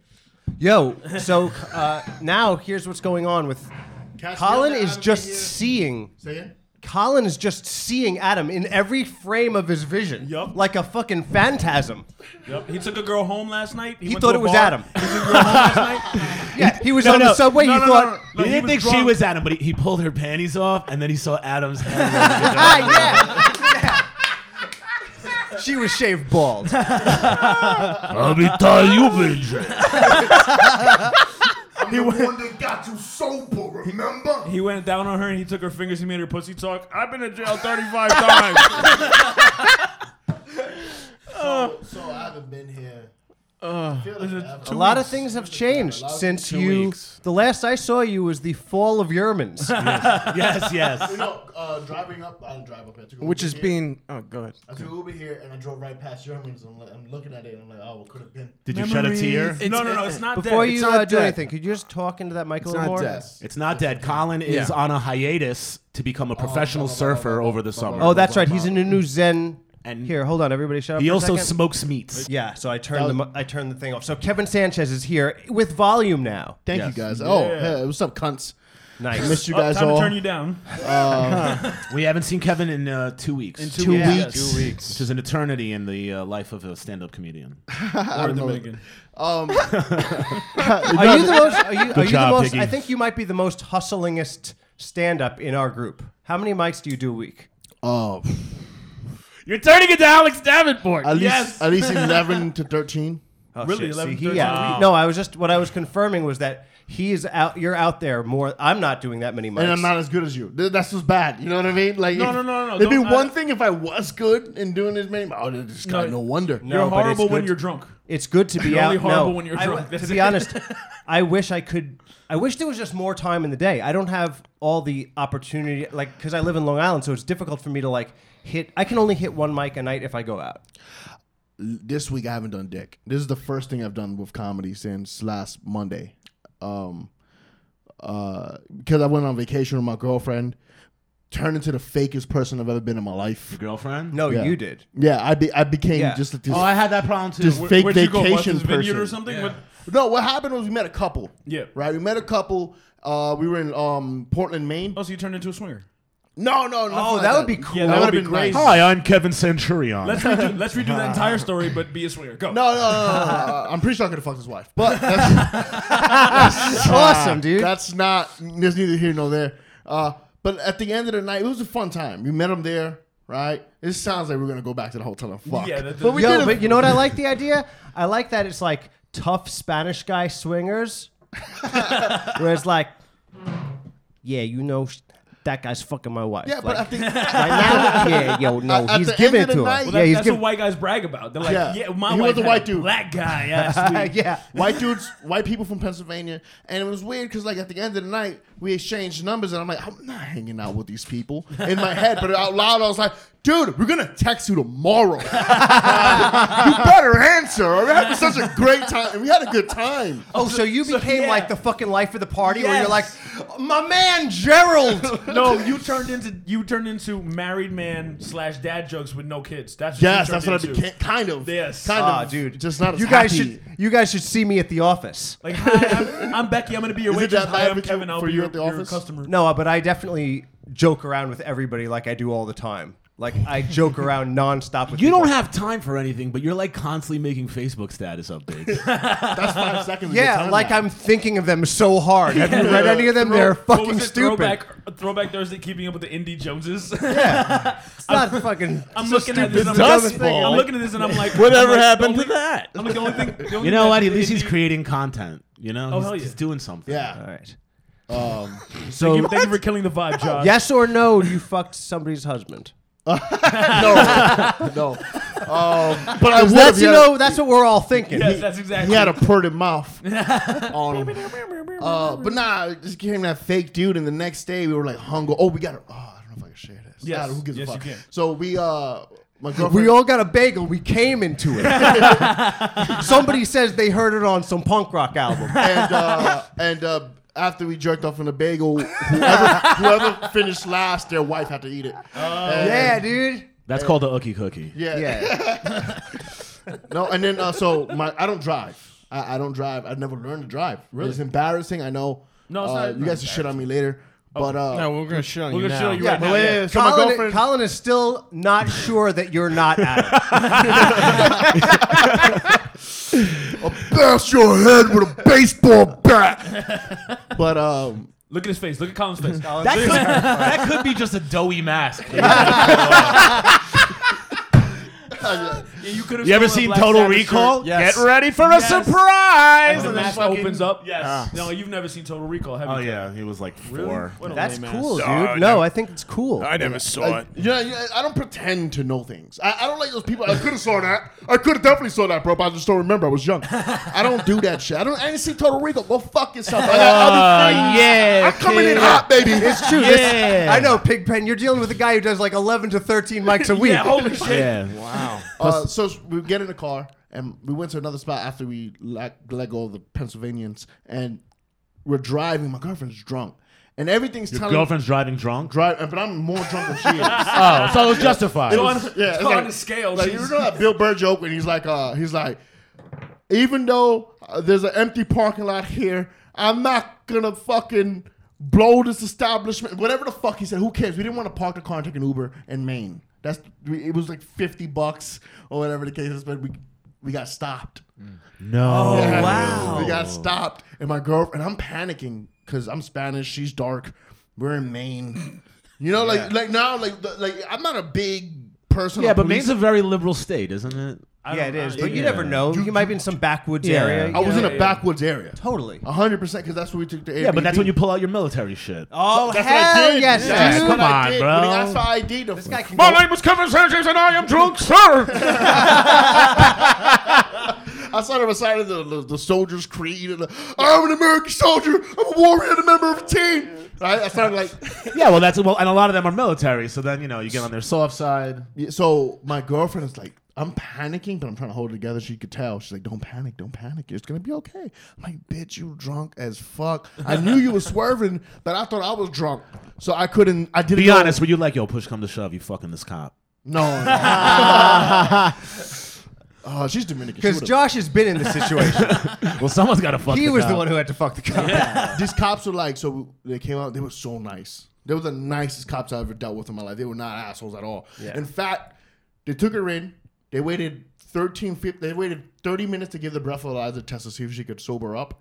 [SPEAKER 2] Yo. So uh, now here's what's going on with
[SPEAKER 8] Catch me
[SPEAKER 2] Colin
[SPEAKER 8] up,
[SPEAKER 2] is
[SPEAKER 8] Adam,
[SPEAKER 2] just
[SPEAKER 8] here.
[SPEAKER 2] seeing.
[SPEAKER 8] Say again?
[SPEAKER 2] Colin is just seeing Adam in every frame of his vision,
[SPEAKER 4] Yup.
[SPEAKER 2] like a fucking phantasm.
[SPEAKER 4] Yep. He took a girl home last night.
[SPEAKER 2] He
[SPEAKER 4] went
[SPEAKER 2] thought
[SPEAKER 4] to a
[SPEAKER 2] it was
[SPEAKER 4] bar.
[SPEAKER 2] Adam.
[SPEAKER 4] He took a girl home last night.
[SPEAKER 2] (laughs) Yeah, he was
[SPEAKER 5] No,
[SPEAKER 2] on
[SPEAKER 5] no.
[SPEAKER 2] the subway.
[SPEAKER 4] No,
[SPEAKER 2] he
[SPEAKER 4] no, no,
[SPEAKER 2] thought,
[SPEAKER 5] he
[SPEAKER 4] no, no. he
[SPEAKER 5] didn't
[SPEAKER 4] was
[SPEAKER 5] think she
[SPEAKER 4] drunk.
[SPEAKER 5] was Adam, but he, he pulled her panties off, and then he saw Adam's hand.
[SPEAKER 4] (laughs)
[SPEAKER 2] (laughs) ah, yeah. yeah. She was shaved bald.
[SPEAKER 5] Let me tell you, Vince.
[SPEAKER 8] I'm the one that got you sober, remember?
[SPEAKER 4] He went down on her and he took her fingers. He made her pussy talk. I've been in jail 35 times. Uh.
[SPEAKER 8] so, so I haven't been here. I feel like I haven't-
[SPEAKER 2] A lot of things have changed since
[SPEAKER 7] two
[SPEAKER 2] you.
[SPEAKER 7] weeks.
[SPEAKER 2] The last I saw you was the fall of Yermans.
[SPEAKER 5] Yes, yes.
[SPEAKER 8] You know, uh, driving up, I didn't drive up here. I took a
[SPEAKER 7] Which
[SPEAKER 8] Uber
[SPEAKER 7] is
[SPEAKER 8] here.
[SPEAKER 7] being. Oh, go ahead.
[SPEAKER 8] I took Uber here and I drove right past Germans. And I'm, like, I'm looking at it and I'm like, oh, what could have been?
[SPEAKER 5] Did you shed a tear?
[SPEAKER 4] no, no, no. It's not
[SPEAKER 2] Before
[SPEAKER 4] that.
[SPEAKER 2] you
[SPEAKER 7] not
[SPEAKER 2] uh, do
[SPEAKER 7] dead.
[SPEAKER 2] anything, could you just talk into that mic a
[SPEAKER 7] It's
[SPEAKER 2] little
[SPEAKER 7] not
[SPEAKER 2] more?
[SPEAKER 7] death.
[SPEAKER 5] It's not dead. Colin is
[SPEAKER 7] Yeah.
[SPEAKER 5] on a hiatus to become a professional surfer over the summer.
[SPEAKER 2] Oh, that's right. He's in a new Zen.
[SPEAKER 5] And-
[SPEAKER 2] here, hold on, everybody, shut up.
[SPEAKER 5] he
[SPEAKER 2] for a
[SPEAKER 5] also
[SPEAKER 2] second.
[SPEAKER 5] smokes meats.
[SPEAKER 2] yeah. So I turned the mi- I turned the thing off. So Kevin Sanchez is here with volume now.
[SPEAKER 8] Thank
[SPEAKER 5] Yes.
[SPEAKER 8] you guys. Oh, hey, what's up, cunts?
[SPEAKER 2] Nice.
[SPEAKER 8] Missed you
[SPEAKER 4] Oh,
[SPEAKER 8] guys
[SPEAKER 4] time
[SPEAKER 8] all.
[SPEAKER 4] to turn you down. (laughs)
[SPEAKER 5] We haven't seen Kevin in uh, two weeks. In
[SPEAKER 4] two Two weeks.
[SPEAKER 8] weeks.
[SPEAKER 5] Two weeks. Which is an eternity in the uh, life of a stand up comedian.
[SPEAKER 4] Or Dominican.
[SPEAKER 2] Are you the most? Are you, are you
[SPEAKER 5] job,
[SPEAKER 2] the most?
[SPEAKER 5] Piggy.
[SPEAKER 2] I think you might be the most hustlingest stand up in our group. How many mics do you do a week?
[SPEAKER 8] Oh,
[SPEAKER 5] You're turning it to Alex Davenport.
[SPEAKER 8] at least
[SPEAKER 4] Yes.
[SPEAKER 8] at least eleven to thirteen.
[SPEAKER 2] Oh,
[SPEAKER 4] Really,
[SPEAKER 2] shit.
[SPEAKER 4] 11,
[SPEAKER 2] See, he-
[SPEAKER 4] 13
[SPEAKER 2] yeah.
[SPEAKER 4] a week.
[SPEAKER 2] No, I was just what I was confirming was that he is out. You're out there more. I'm not doing that many mics.
[SPEAKER 8] and I'm not as good as you. Th- That's just bad. You know what I mean? Like,
[SPEAKER 4] No,
[SPEAKER 8] if-
[SPEAKER 4] no, no, no,
[SPEAKER 8] It'd be
[SPEAKER 4] don't- I-
[SPEAKER 8] one thing if I was good in doing this many. Oh, this guy,
[SPEAKER 4] No,
[SPEAKER 8] no, wonder.
[SPEAKER 2] No,
[SPEAKER 4] You're
[SPEAKER 2] but it's
[SPEAKER 4] horrible when
[SPEAKER 2] good.
[SPEAKER 4] you're drunk.
[SPEAKER 2] It's good to be
[SPEAKER 4] (laughs) You're
[SPEAKER 2] out.
[SPEAKER 4] only horrible
[SPEAKER 2] no.
[SPEAKER 4] when you're
[SPEAKER 2] I-
[SPEAKER 4] drunk.
[SPEAKER 2] to be
[SPEAKER 4] (laughs)
[SPEAKER 2] honest, I wish I could. I wish there was just more time in the day. I don't have all the opportunity, like, because I live in Long Island, so it's difficult for me to like hit. I can only hit one mic a night if I go out.
[SPEAKER 8] This week I haven't done dick. This is the first thing I've done with comedy since last Monday. Um, uh, because I went on vacation with my girlfriend, turned into the fakest person I've ever been in my life.
[SPEAKER 5] girlfriend?
[SPEAKER 2] No,
[SPEAKER 8] Yeah.
[SPEAKER 2] you did.
[SPEAKER 8] Yeah, I be I became
[SPEAKER 2] Yeah.
[SPEAKER 8] just like this.
[SPEAKER 5] Oh, I had that problem too.
[SPEAKER 8] Just
[SPEAKER 5] We're-
[SPEAKER 8] fake
[SPEAKER 4] Where'd you go?
[SPEAKER 8] vacation
[SPEAKER 4] Watson's Vineyard
[SPEAKER 8] person.
[SPEAKER 4] or something? But
[SPEAKER 8] No, what happened was we met a couple.
[SPEAKER 4] Yeah.
[SPEAKER 8] Right? We met a couple. Uh, we were in um, Portland, Maine.
[SPEAKER 4] oh, so you turned into a swinger.
[SPEAKER 8] No, no, no.
[SPEAKER 2] Oh, that would be cool.
[SPEAKER 4] Yeah,
[SPEAKER 8] That
[SPEAKER 4] that would
[SPEAKER 8] would've
[SPEAKER 4] be
[SPEAKER 8] been
[SPEAKER 4] great.
[SPEAKER 8] nice.
[SPEAKER 5] Hi, I'm Kevin Centurion.
[SPEAKER 2] (laughs)
[SPEAKER 4] Let's redo, let's redo that entire story, but be a swinger. Go.
[SPEAKER 8] No, no, no, no, no, no. I'm pretty sure I could have fucked his wife, but that's, (laughs)
[SPEAKER 2] That's awesome, dude.
[SPEAKER 8] that's not. There's neither here nor there. Uh, but at the end of the night, it was a fun time. We met him there, right? It sounds like we're gonna go back to the hotel and fuck.
[SPEAKER 4] Yeah, that-
[SPEAKER 8] but we
[SPEAKER 2] Yo,
[SPEAKER 8] did.
[SPEAKER 2] but you know what I like the
[SPEAKER 8] (laughs)
[SPEAKER 2] idea? I like that
[SPEAKER 8] (laughs)
[SPEAKER 2] it's like tough Spanish guy swingers, where it's like, yeah, you know, sh- that guy's fucking my wife.
[SPEAKER 8] Yeah, but I
[SPEAKER 2] Like,
[SPEAKER 8] think
[SPEAKER 4] (laughs)
[SPEAKER 2] right
[SPEAKER 8] (laughs)
[SPEAKER 2] now, yeah, yo, no,
[SPEAKER 8] At- at
[SPEAKER 2] he's
[SPEAKER 8] the
[SPEAKER 2] giving
[SPEAKER 8] end
[SPEAKER 2] it
[SPEAKER 8] of
[SPEAKER 2] to her.
[SPEAKER 8] the night-
[SPEAKER 2] yeah,
[SPEAKER 8] Well,
[SPEAKER 4] That-
[SPEAKER 2] he's
[SPEAKER 4] that's
[SPEAKER 2] giving.
[SPEAKER 4] what white guys brag about. They're like,
[SPEAKER 8] Yeah.
[SPEAKER 4] yeah, my
[SPEAKER 8] He was
[SPEAKER 4] wife
[SPEAKER 8] a
[SPEAKER 4] had
[SPEAKER 8] white
[SPEAKER 4] a
[SPEAKER 8] dude."
[SPEAKER 2] (laughs)
[SPEAKER 4] black guy last
[SPEAKER 8] (laughs)
[SPEAKER 4] week.
[SPEAKER 2] yeah,
[SPEAKER 8] white dudes, white people from Pennsylvania, and it was weird because like at the end of the night we exchanged numbers, and I'm like, I'm not hanging out with these people in my head, but out loud I was like, dude, we're gonna text you tomorrow. (laughs) you better answer. or We're having such a great time, and we had a good time.
[SPEAKER 2] Oh, so you became
[SPEAKER 4] yeah.
[SPEAKER 2] like the fucking life of the party where you're
[SPEAKER 8] (laughs)
[SPEAKER 2] like,
[SPEAKER 4] Yes.
[SPEAKER 2] my man (laughs) Gerald.
[SPEAKER 4] No, you turned into you turned into married man slash dad jokes with no kids. That's what
[SPEAKER 8] Yes,
[SPEAKER 4] you
[SPEAKER 8] that's
[SPEAKER 4] turned
[SPEAKER 8] what I
[SPEAKER 4] into.
[SPEAKER 8] became. Kind of.
[SPEAKER 4] Yes.
[SPEAKER 8] Kind
[SPEAKER 2] Ah,
[SPEAKER 8] of.
[SPEAKER 2] dude.
[SPEAKER 8] Just not as
[SPEAKER 2] You guys
[SPEAKER 8] happy.
[SPEAKER 2] should you guys should see me at the office.
[SPEAKER 4] Like, hi,
[SPEAKER 8] (laughs)
[SPEAKER 4] I'm, I'm Becky. I'm gonna be your
[SPEAKER 8] Is it
[SPEAKER 4] waitress.
[SPEAKER 8] that
[SPEAKER 4] Hi, I'm
[SPEAKER 8] bad
[SPEAKER 4] Kevin. I'll
[SPEAKER 8] for
[SPEAKER 4] be
[SPEAKER 8] you
[SPEAKER 4] your,
[SPEAKER 8] at the
[SPEAKER 4] your
[SPEAKER 8] office?
[SPEAKER 4] customer.
[SPEAKER 2] No, but I definitely joke around with everybody like I do all the time. Like I joke around nonstop with
[SPEAKER 1] You
[SPEAKER 2] people.
[SPEAKER 1] don't have time for anything, but you're like constantly making Facebook status updates.
[SPEAKER 8] That's five seconds. of your
[SPEAKER 2] Yeah,
[SPEAKER 8] time
[SPEAKER 2] like
[SPEAKER 8] now.
[SPEAKER 2] I'm thinking of them so hard. Have you read any of them? They're
[SPEAKER 4] What was
[SPEAKER 2] fucking
[SPEAKER 4] it?
[SPEAKER 2] stupid.
[SPEAKER 4] Throwback, throwback Thursday, keeping up with the Indie
[SPEAKER 8] (laughs)
[SPEAKER 4] Joneses.
[SPEAKER 2] Yeah, it's not fucking.
[SPEAKER 4] (laughs) I'm looking at this.
[SPEAKER 2] stupid
[SPEAKER 4] I'm, like,
[SPEAKER 2] dust ball.
[SPEAKER 4] I'm looking at this and I'm like,
[SPEAKER 1] (laughs) Whatever
[SPEAKER 4] I'm like,
[SPEAKER 1] happened
[SPEAKER 4] the
[SPEAKER 1] to that?
[SPEAKER 4] I'm like the only thing.
[SPEAKER 1] (laughs)
[SPEAKER 4] The only
[SPEAKER 1] You know
[SPEAKER 4] thing
[SPEAKER 1] what?
[SPEAKER 4] that
[SPEAKER 1] At least he's
[SPEAKER 4] indie-
[SPEAKER 1] creating content. You know,
[SPEAKER 4] Oh,
[SPEAKER 1] he's,
[SPEAKER 4] hell yeah.
[SPEAKER 1] he's doing something.
[SPEAKER 2] All
[SPEAKER 8] Yeah.
[SPEAKER 2] right. (laughs)
[SPEAKER 4] Thank (laughs) you, thank you for killing the vibe, Josh.
[SPEAKER 2] Yes or no? You fucked somebody's husband.
[SPEAKER 8] No. no. Um, but I would.
[SPEAKER 2] (laughs) That's
[SPEAKER 8] That's
[SPEAKER 2] you know. That's what we're all thinking.
[SPEAKER 4] Yes, that's exactly.
[SPEAKER 8] He had a purted
[SPEAKER 4] (laughs)
[SPEAKER 8] mouth on him. Uh, but nah, it just came that fake dude, and the next day we were like hungo. Oh, we got to. Oh, I don't know if I can share this.
[SPEAKER 4] Yes.
[SPEAKER 8] who gives
[SPEAKER 4] Yes,
[SPEAKER 8] a
[SPEAKER 4] you
[SPEAKER 8] fuck?
[SPEAKER 4] can.
[SPEAKER 8] So we, uh, my girlfriend.
[SPEAKER 2] We all got a bagel. We came into it. Somebody says they heard it on some punk rock album.
[SPEAKER 8] and
[SPEAKER 4] (laughs)
[SPEAKER 8] uh, and uh, after we jerked off on the bagel, whoever, whoever finished last, their wife had to eat it.
[SPEAKER 4] Uh,
[SPEAKER 8] And-
[SPEAKER 2] Yeah, dude.
[SPEAKER 1] That's called the ookie cookie.
[SPEAKER 8] yeah,
[SPEAKER 2] Yeah.
[SPEAKER 8] No, and then uh, so my I don't drive. I, I don't drive. I never learned to drive. Really, it's embarrassing. I know.
[SPEAKER 4] No, it's
[SPEAKER 8] uh,
[SPEAKER 4] not- Oh.
[SPEAKER 8] you guys can shit on me later. But uh,
[SPEAKER 7] No, we're gonna shit on
[SPEAKER 4] We're
[SPEAKER 7] you
[SPEAKER 4] gonna
[SPEAKER 7] now.
[SPEAKER 4] show you
[SPEAKER 8] yeah,
[SPEAKER 4] right
[SPEAKER 8] but
[SPEAKER 4] now.
[SPEAKER 8] wait, wait,
[SPEAKER 4] yeah.
[SPEAKER 8] wait. so my
[SPEAKER 2] Colin,
[SPEAKER 8] girlfriend.
[SPEAKER 2] Colin is still not sure that you're not Adam.
[SPEAKER 8] bash your head with a baseball bat. (laughs) but um,
[SPEAKER 4] Look at his face. Look at Colin's (laughs) face.
[SPEAKER 1] That could, that could be just a doughy
[SPEAKER 4] (laughs)
[SPEAKER 1] mask.
[SPEAKER 4] you could have.
[SPEAKER 5] You ever seen Total Recall?
[SPEAKER 7] Yes.
[SPEAKER 5] Get ready for
[SPEAKER 4] Yes.
[SPEAKER 5] a surprise!
[SPEAKER 4] The
[SPEAKER 5] And then
[SPEAKER 4] mask
[SPEAKER 5] fucking-
[SPEAKER 4] opens up. Yes.
[SPEAKER 5] Ah.
[SPEAKER 4] No, you've never seen Total Recall, have you?
[SPEAKER 5] Oh yeah, he was like four.
[SPEAKER 4] Really? What a
[SPEAKER 2] That's
[SPEAKER 4] lame ass.
[SPEAKER 2] cool,
[SPEAKER 5] Oh,
[SPEAKER 2] dude. No,
[SPEAKER 5] yeah.
[SPEAKER 2] I think it's cool.
[SPEAKER 5] I never saw
[SPEAKER 8] I,
[SPEAKER 5] it.
[SPEAKER 8] yeah, yeah, I don't pretend to know things. I, I don't like those people. I could have saw that. I could have definitely saw that, bro. But I just don't remember. I was young. I don't do that shit. I don't. I didn't see Total Rico. Go fuck yourself. I got other things.
[SPEAKER 5] Oh, yeah,
[SPEAKER 8] I'm coming in hot, baby. It's true.
[SPEAKER 2] Yeah. I know, Pigpen. You're dealing with a guy who does like 11 to 13 mics a week.
[SPEAKER 4] (laughs) Yeah. Holy shit.
[SPEAKER 8] Uh, so we get in the car and we went to another spot after we let, let go of the Pennsylvanians and we're driving. My girlfriend's drunk and everything's
[SPEAKER 1] Your
[SPEAKER 8] telling
[SPEAKER 1] girlfriend's driving drunk.
[SPEAKER 8] drive. But I'm more drunk than she is.
[SPEAKER 1] Oh, so it's justified.
[SPEAKER 4] Go on,
[SPEAKER 8] (laughs) yeah, it's
[SPEAKER 4] go on
[SPEAKER 8] like-
[SPEAKER 4] the scale.
[SPEAKER 8] Like, you know that Bill Burr joke when he's like, uh, he's like, even though uh, there's an empty parking lot here, I'm not gonna fucking blow this establishment. Whatever the fuck he said, who cares? We didn't want to park the car and take an Uber in Maine. That's we, it was like fifty bucks or whatever the case is, but we we got stopped.
[SPEAKER 5] Oh,
[SPEAKER 1] No.
[SPEAKER 8] Yeah. We got stopped, and my girlfriend. I'm panicking because I'm Spanish. She's dark. We're in Maine. You know, like like now, like the- like I'm not a big person.
[SPEAKER 1] Yeah,
[SPEAKER 8] on
[SPEAKER 1] but
[SPEAKER 8] police
[SPEAKER 1] Maine's a very liberal state, isn't it?
[SPEAKER 2] Yeah, it is. But you
[SPEAKER 1] yeah.
[SPEAKER 2] never know. You might be in some backwoods
[SPEAKER 1] Yeah.
[SPEAKER 2] area.
[SPEAKER 8] I was
[SPEAKER 2] you
[SPEAKER 8] in
[SPEAKER 2] know?
[SPEAKER 8] a backwoods area.
[SPEAKER 2] Totally.
[SPEAKER 8] 100% because that's where we took the Airbnb.
[SPEAKER 1] Yeah, but that's when you pull out your military shit.
[SPEAKER 2] Oh,
[SPEAKER 8] That's what I
[SPEAKER 2] hell
[SPEAKER 8] did.
[SPEAKER 2] yes,
[SPEAKER 8] That's
[SPEAKER 2] dude.
[SPEAKER 8] what
[SPEAKER 1] Come
[SPEAKER 8] I
[SPEAKER 1] on,
[SPEAKER 8] did.
[SPEAKER 1] bro.
[SPEAKER 8] When he asked for ID, the
[SPEAKER 2] This guy can
[SPEAKER 5] My
[SPEAKER 2] go-
[SPEAKER 5] name is Kevin Sanchez, and I am drunk, sir.
[SPEAKER 8] I saw him beside the, the, the soldier's creed. And the, I'm an American soldier. I'm a warrior and a member of a team. Right? I started like.
[SPEAKER 1] (laughs) Yeah, well, that's well, and a lot of them are military, so then you know you get on their soft side.
[SPEAKER 8] Yeah, so my girlfriend is like, I'm panicking, but I'm trying to hold it together. She could tell. She's like, Don't panic, don't panic. It's gonna be okay. I'm like, bitch, you drunk as fuck. I knew you were swerving, but I thought I was drunk. So I couldn't I didn't
[SPEAKER 1] Be
[SPEAKER 8] know-
[SPEAKER 1] honest, were you like, yo, push come to shove, you fucking this cop?
[SPEAKER 8] No. (laughs) oh, she's Dominican. She
[SPEAKER 2] Because
[SPEAKER 8] would've-
[SPEAKER 2] Josh has been in this situation.
[SPEAKER 1] Well, someone's got to fuck.
[SPEAKER 2] he was
[SPEAKER 1] cop.
[SPEAKER 2] the one who had to fuck the cop.
[SPEAKER 8] (laughs) these cops were like, so they came out, they were so nice. They were the nicest cops I ever dealt with in my life. They were not assholes at all. In fact, they took her in, they waited 13, fif- they waited 30 minutes to give the breathalyzer test to see if she could sober up.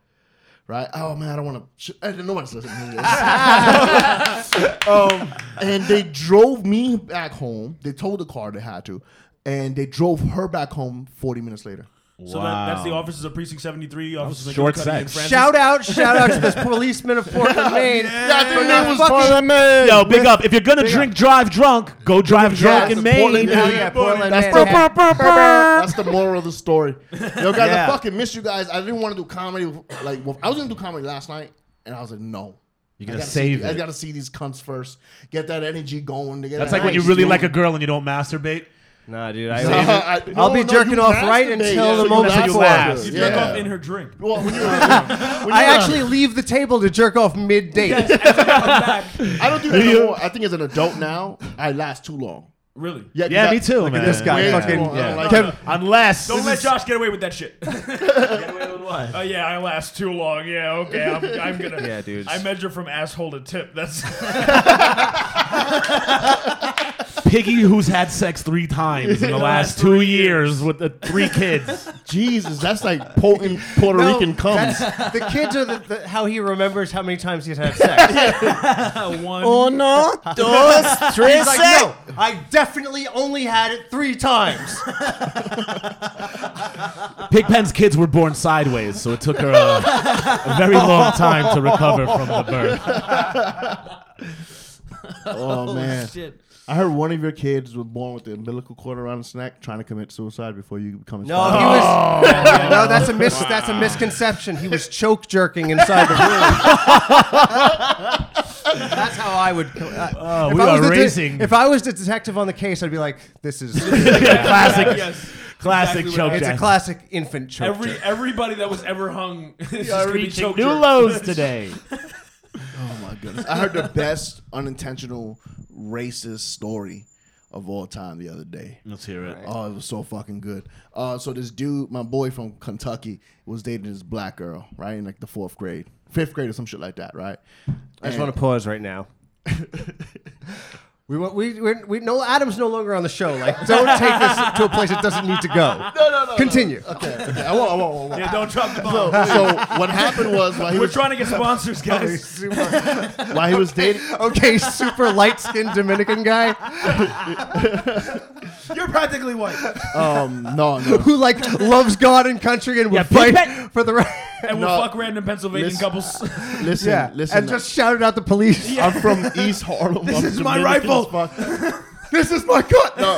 [SPEAKER 8] Right? Oh man, I don't want to. Sh- I- nobody's listening to this. um, and they drove me back home. They towed the car they had to, and they drove her back home 40 minutes later.
[SPEAKER 4] So that, that's the
[SPEAKER 1] Wow.
[SPEAKER 4] offices of Precinct 73, offices of
[SPEAKER 1] short
[SPEAKER 4] Goody Cuddy and
[SPEAKER 1] sex.
[SPEAKER 4] Francis.
[SPEAKER 2] Shout out, shout out to this policeman of Portland, Maine.
[SPEAKER 8] That's
[SPEAKER 2] for
[SPEAKER 8] what
[SPEAKER 2] not
[SPEAKER 8] it was
[SPEAKER 2] fucking-
[SPEAKER 8] for the man.
[SPEAKER 5] Yo, big up. If you're gonna drink, drive drunk, go drive drunk
[SPEAKER 2] Yeah,
[SPEAKER 5] in Maine.
[SPEAKER 2] Portland, Hell yeah, Portland,
[SPEAKER 8] That's
[SPEAKER 2] Maine.
[SPEAKER 8] the-
[SPEAKER 2] Yeah.
[SPEAKER 8] That's the moral of the story. Yo, guys,
[SPEAKER 2] Yeah.
[SPEAKER 8] I fucking miss you guys. I didn't want to do comedy. Like, well, I was gonna do comedy last night, and I was like, no. You
[SPEAKER 1] gotta save
[SPEAKER 8] see, I
[SPEAKER 1] it.
[SPEAKER 8] gotta see these cunts first. Get that energy going. To get
[SPEAKER 1] That's
[SPEAKER 8] that
[SPEAKER 1] like when you
[SPEAKER 8] energy
[SPEAKER 1] really
[SPEAKER 8] going.
[SPEAKER 1] like a girl and you don't masturbate.
[SPEAKER 2] Nah, dude. (laughs)
[SPEAKER 8] (laughs) Uh,
[SPEAKER 2] I,
[SPEAKER 8] I-
[SPEAKER 2] I'll
[SPEAKER 8] no,
[SPEAKER 2] be
[SPEAKER 8] no,
[SPEAKER 2] jerking
[SPEAKER 8] you
[SPEAKER 2] off right
[SPEAKER 8] masturbate.
[SPEAKER 2] until
[SPEAKER 8] Yeah,
[SPEAKER 2] the
[SPEAKER 8] so
[SPEAKER 2] moment
[SPEAKER 8] you
[SPEAKER 2] before.
[SPEAKER 8] masturbate.
[SPEAKER 4] You
[SPEAKER 8] Yeah.
[SPEAKER 4] jerk off in her (laughs) drink.
[SPEAKER 8] Well, when you're, when
[SPEAKER 2] I
[SPEAKER 8] you're-
[SPEAKER 2] actually leave the table to jerk off mid date.
[SPEAKER 8] I don't do that anymore. I think as an adult now, I last too long.
[SPEAKER 4] Really?
[SPEAKER 8] Yeah, 'cause
[SPEAKER 1] Yeah,
[SPEAKER 8] I-
[SPEAKER 1] me too, man.
[SPEAKER 2] this guy.
[SPEAKER 8] way too
[SPEAKER 2] fucking-
[SPEAKER 8] long. I don't
[SPEAKER 2] yeah.
[SPEAKER 8] like
[SPEAKER 2] Kev-
[SPEAKER 8] that.
[SPEAKER 1] Unless
[SPEAKER 4] Don't
[SPEAKER 1] this
[SPEAKER 4] let
[SPEAKER 1] is-
[SPEAKER 4] Josh get away with that
[SPEAKER 8] (laughs)
[SPEAKER 4] shit. Oh yeah, I last too long. Yeah, okay, I'm, I'm
[SPEAKER 1] (laughs)
[SPEAKER 4] gonna.
[SPEAKER 2] Yeah, dude.
[SPEAKER 4] I measure from asshole to tip. That's
[SPEAKER 1] Piggy, who's had sex three times in the last two years with the three kids.
[SPEAKER 8] Jesus, that's like potent Puerto
[SPEAKER 2] No,
[SPEAKER 8] Rican cum.
[SPEAKER 2] that's- The kids are the, the, how he remembers how many times he's had sex.
[SPEAKER 4] one.
[SPEAKER 2] Oh,
[SPEAKER 7] Uno, (laughs) dos, tres.
[SPEAKER 2] He's like, no, I definitely only had it three times. (laughs)
[SPEAKER 1] Pigpen's kids were born sideways, so it took her a, a very long time to recover from the birth.
[SPEAKER 8] Oh man, I heard one of your kids was born with the umbilical cord around his neck, trying to commit suicide before you become his
[SPEAKER 2] No,
[SPEAKER 8] father.
[SPEAKER 2] he was. no, that's a mis- that's a misconception. He was choke jerking inside the room. (laughs) that's how I would. Uh,
[SPEAKER 1] we are
[SPEAKER 2] the de-
[SPEAKER 1] raising- (laughs)
[SPEAKER 2] if I was the detective on the case, I'd be like, "This (laughs) is
[SPEAKER 1] (laughs) classic,
[SPEAKER 4] (laughs) Yes.
[SPEAKER 1] classic
[SPEAKER 4] Exactly what
[SPEAKER 1] choke
[SPEAKER 4] I-
[SPEAKER 2] it's a
[SPEAKER 1] jam.
[SPEAKER 2] classic infant choke
[SPEAKER 4] Every
[SPEAKER 2] jerk."
[SPEAKER 4] everybody that was ever hung (laughs) is
[SPEAKER 1] Are
[SPEAKER 4] just gonna be
[SPEAKER 1] reaching
[SPEAKER 4] choke
[SPEAKER 1] new
[SPEAKER 4] jerk.
[SPEAKER 1] lows
[SPEAKER 4] (laughs)
[SPEAKER 1] today.
[SPEAKER 8] Oh my goodness! I heard the best unintentional racist story of all time the other day.
[SPEAKER 1] Let's hear it.
[SPEAKER 8] Oh, it was so fucking good. Uh, so this dude, my boy from Kentucky, was dating this black girl, right, in like the fourth grade, fifth grade, or some shit like that, right?
[SPEAKER 2] I just want to pause right now. (laughs) We, want, we, we, we no Adam's no longer on the show. Like, don't take this to a place it doesn't need to go. No, no, no. Continue.
[SPEAKER 8] Okay, okay, I won't, I won't, I won't.
[SPEAKER 4] Yeah, don't drop the
[SPEAKER 8] (laughs)
[SPEAKER 4] bomb.
[SPEAKER 8] So, so what happened was while he
[SPEAKER 4] We're
[SPEAKER 8] was
[SPEAKER 4] trying to get sponsors,
[SPEAKER 8] (laughs)
[SPEAKER 4] guys.
[SPEAKER 8] while he was dating.
[SPEAKER 2] (laughs) Okay, super light skinned Dominican guy
[SPEAKER 4] You're practically white.
[SPEAKER 8] Um, no, (laughs) no.
[SPEAKER 2] who like loves God and country and would
[SPEAKER 4] Yeah,
[SPEAKER 2] fight
[SPEAKER 4] Pete-
[SPEAKER 2] for the right.
[SPEAKER 4] And we'll
[SPEAKER 8] No.
[SPEAKER 4] fuck random Pennsylvania
[SPEAKER 8] Listen. (laughs)
[SPEAKER 4] couples.
[SPEAKER 2] (laughs)
[SPEAKER 8] Listen,
[SPEAKER 2] yeah, uh,
[SPEAKER 8] listen.
[SPEAKER 2] and just shouted out the police. (laughs)
[SPEAKER 8] I'm from East Harlem. (laughs) This
[SPEAKER 4] is my rifle.
[SPEAKER 8] this is my gun.
[SPEAKER 2] (laughs)
[SPEAKER 8] No.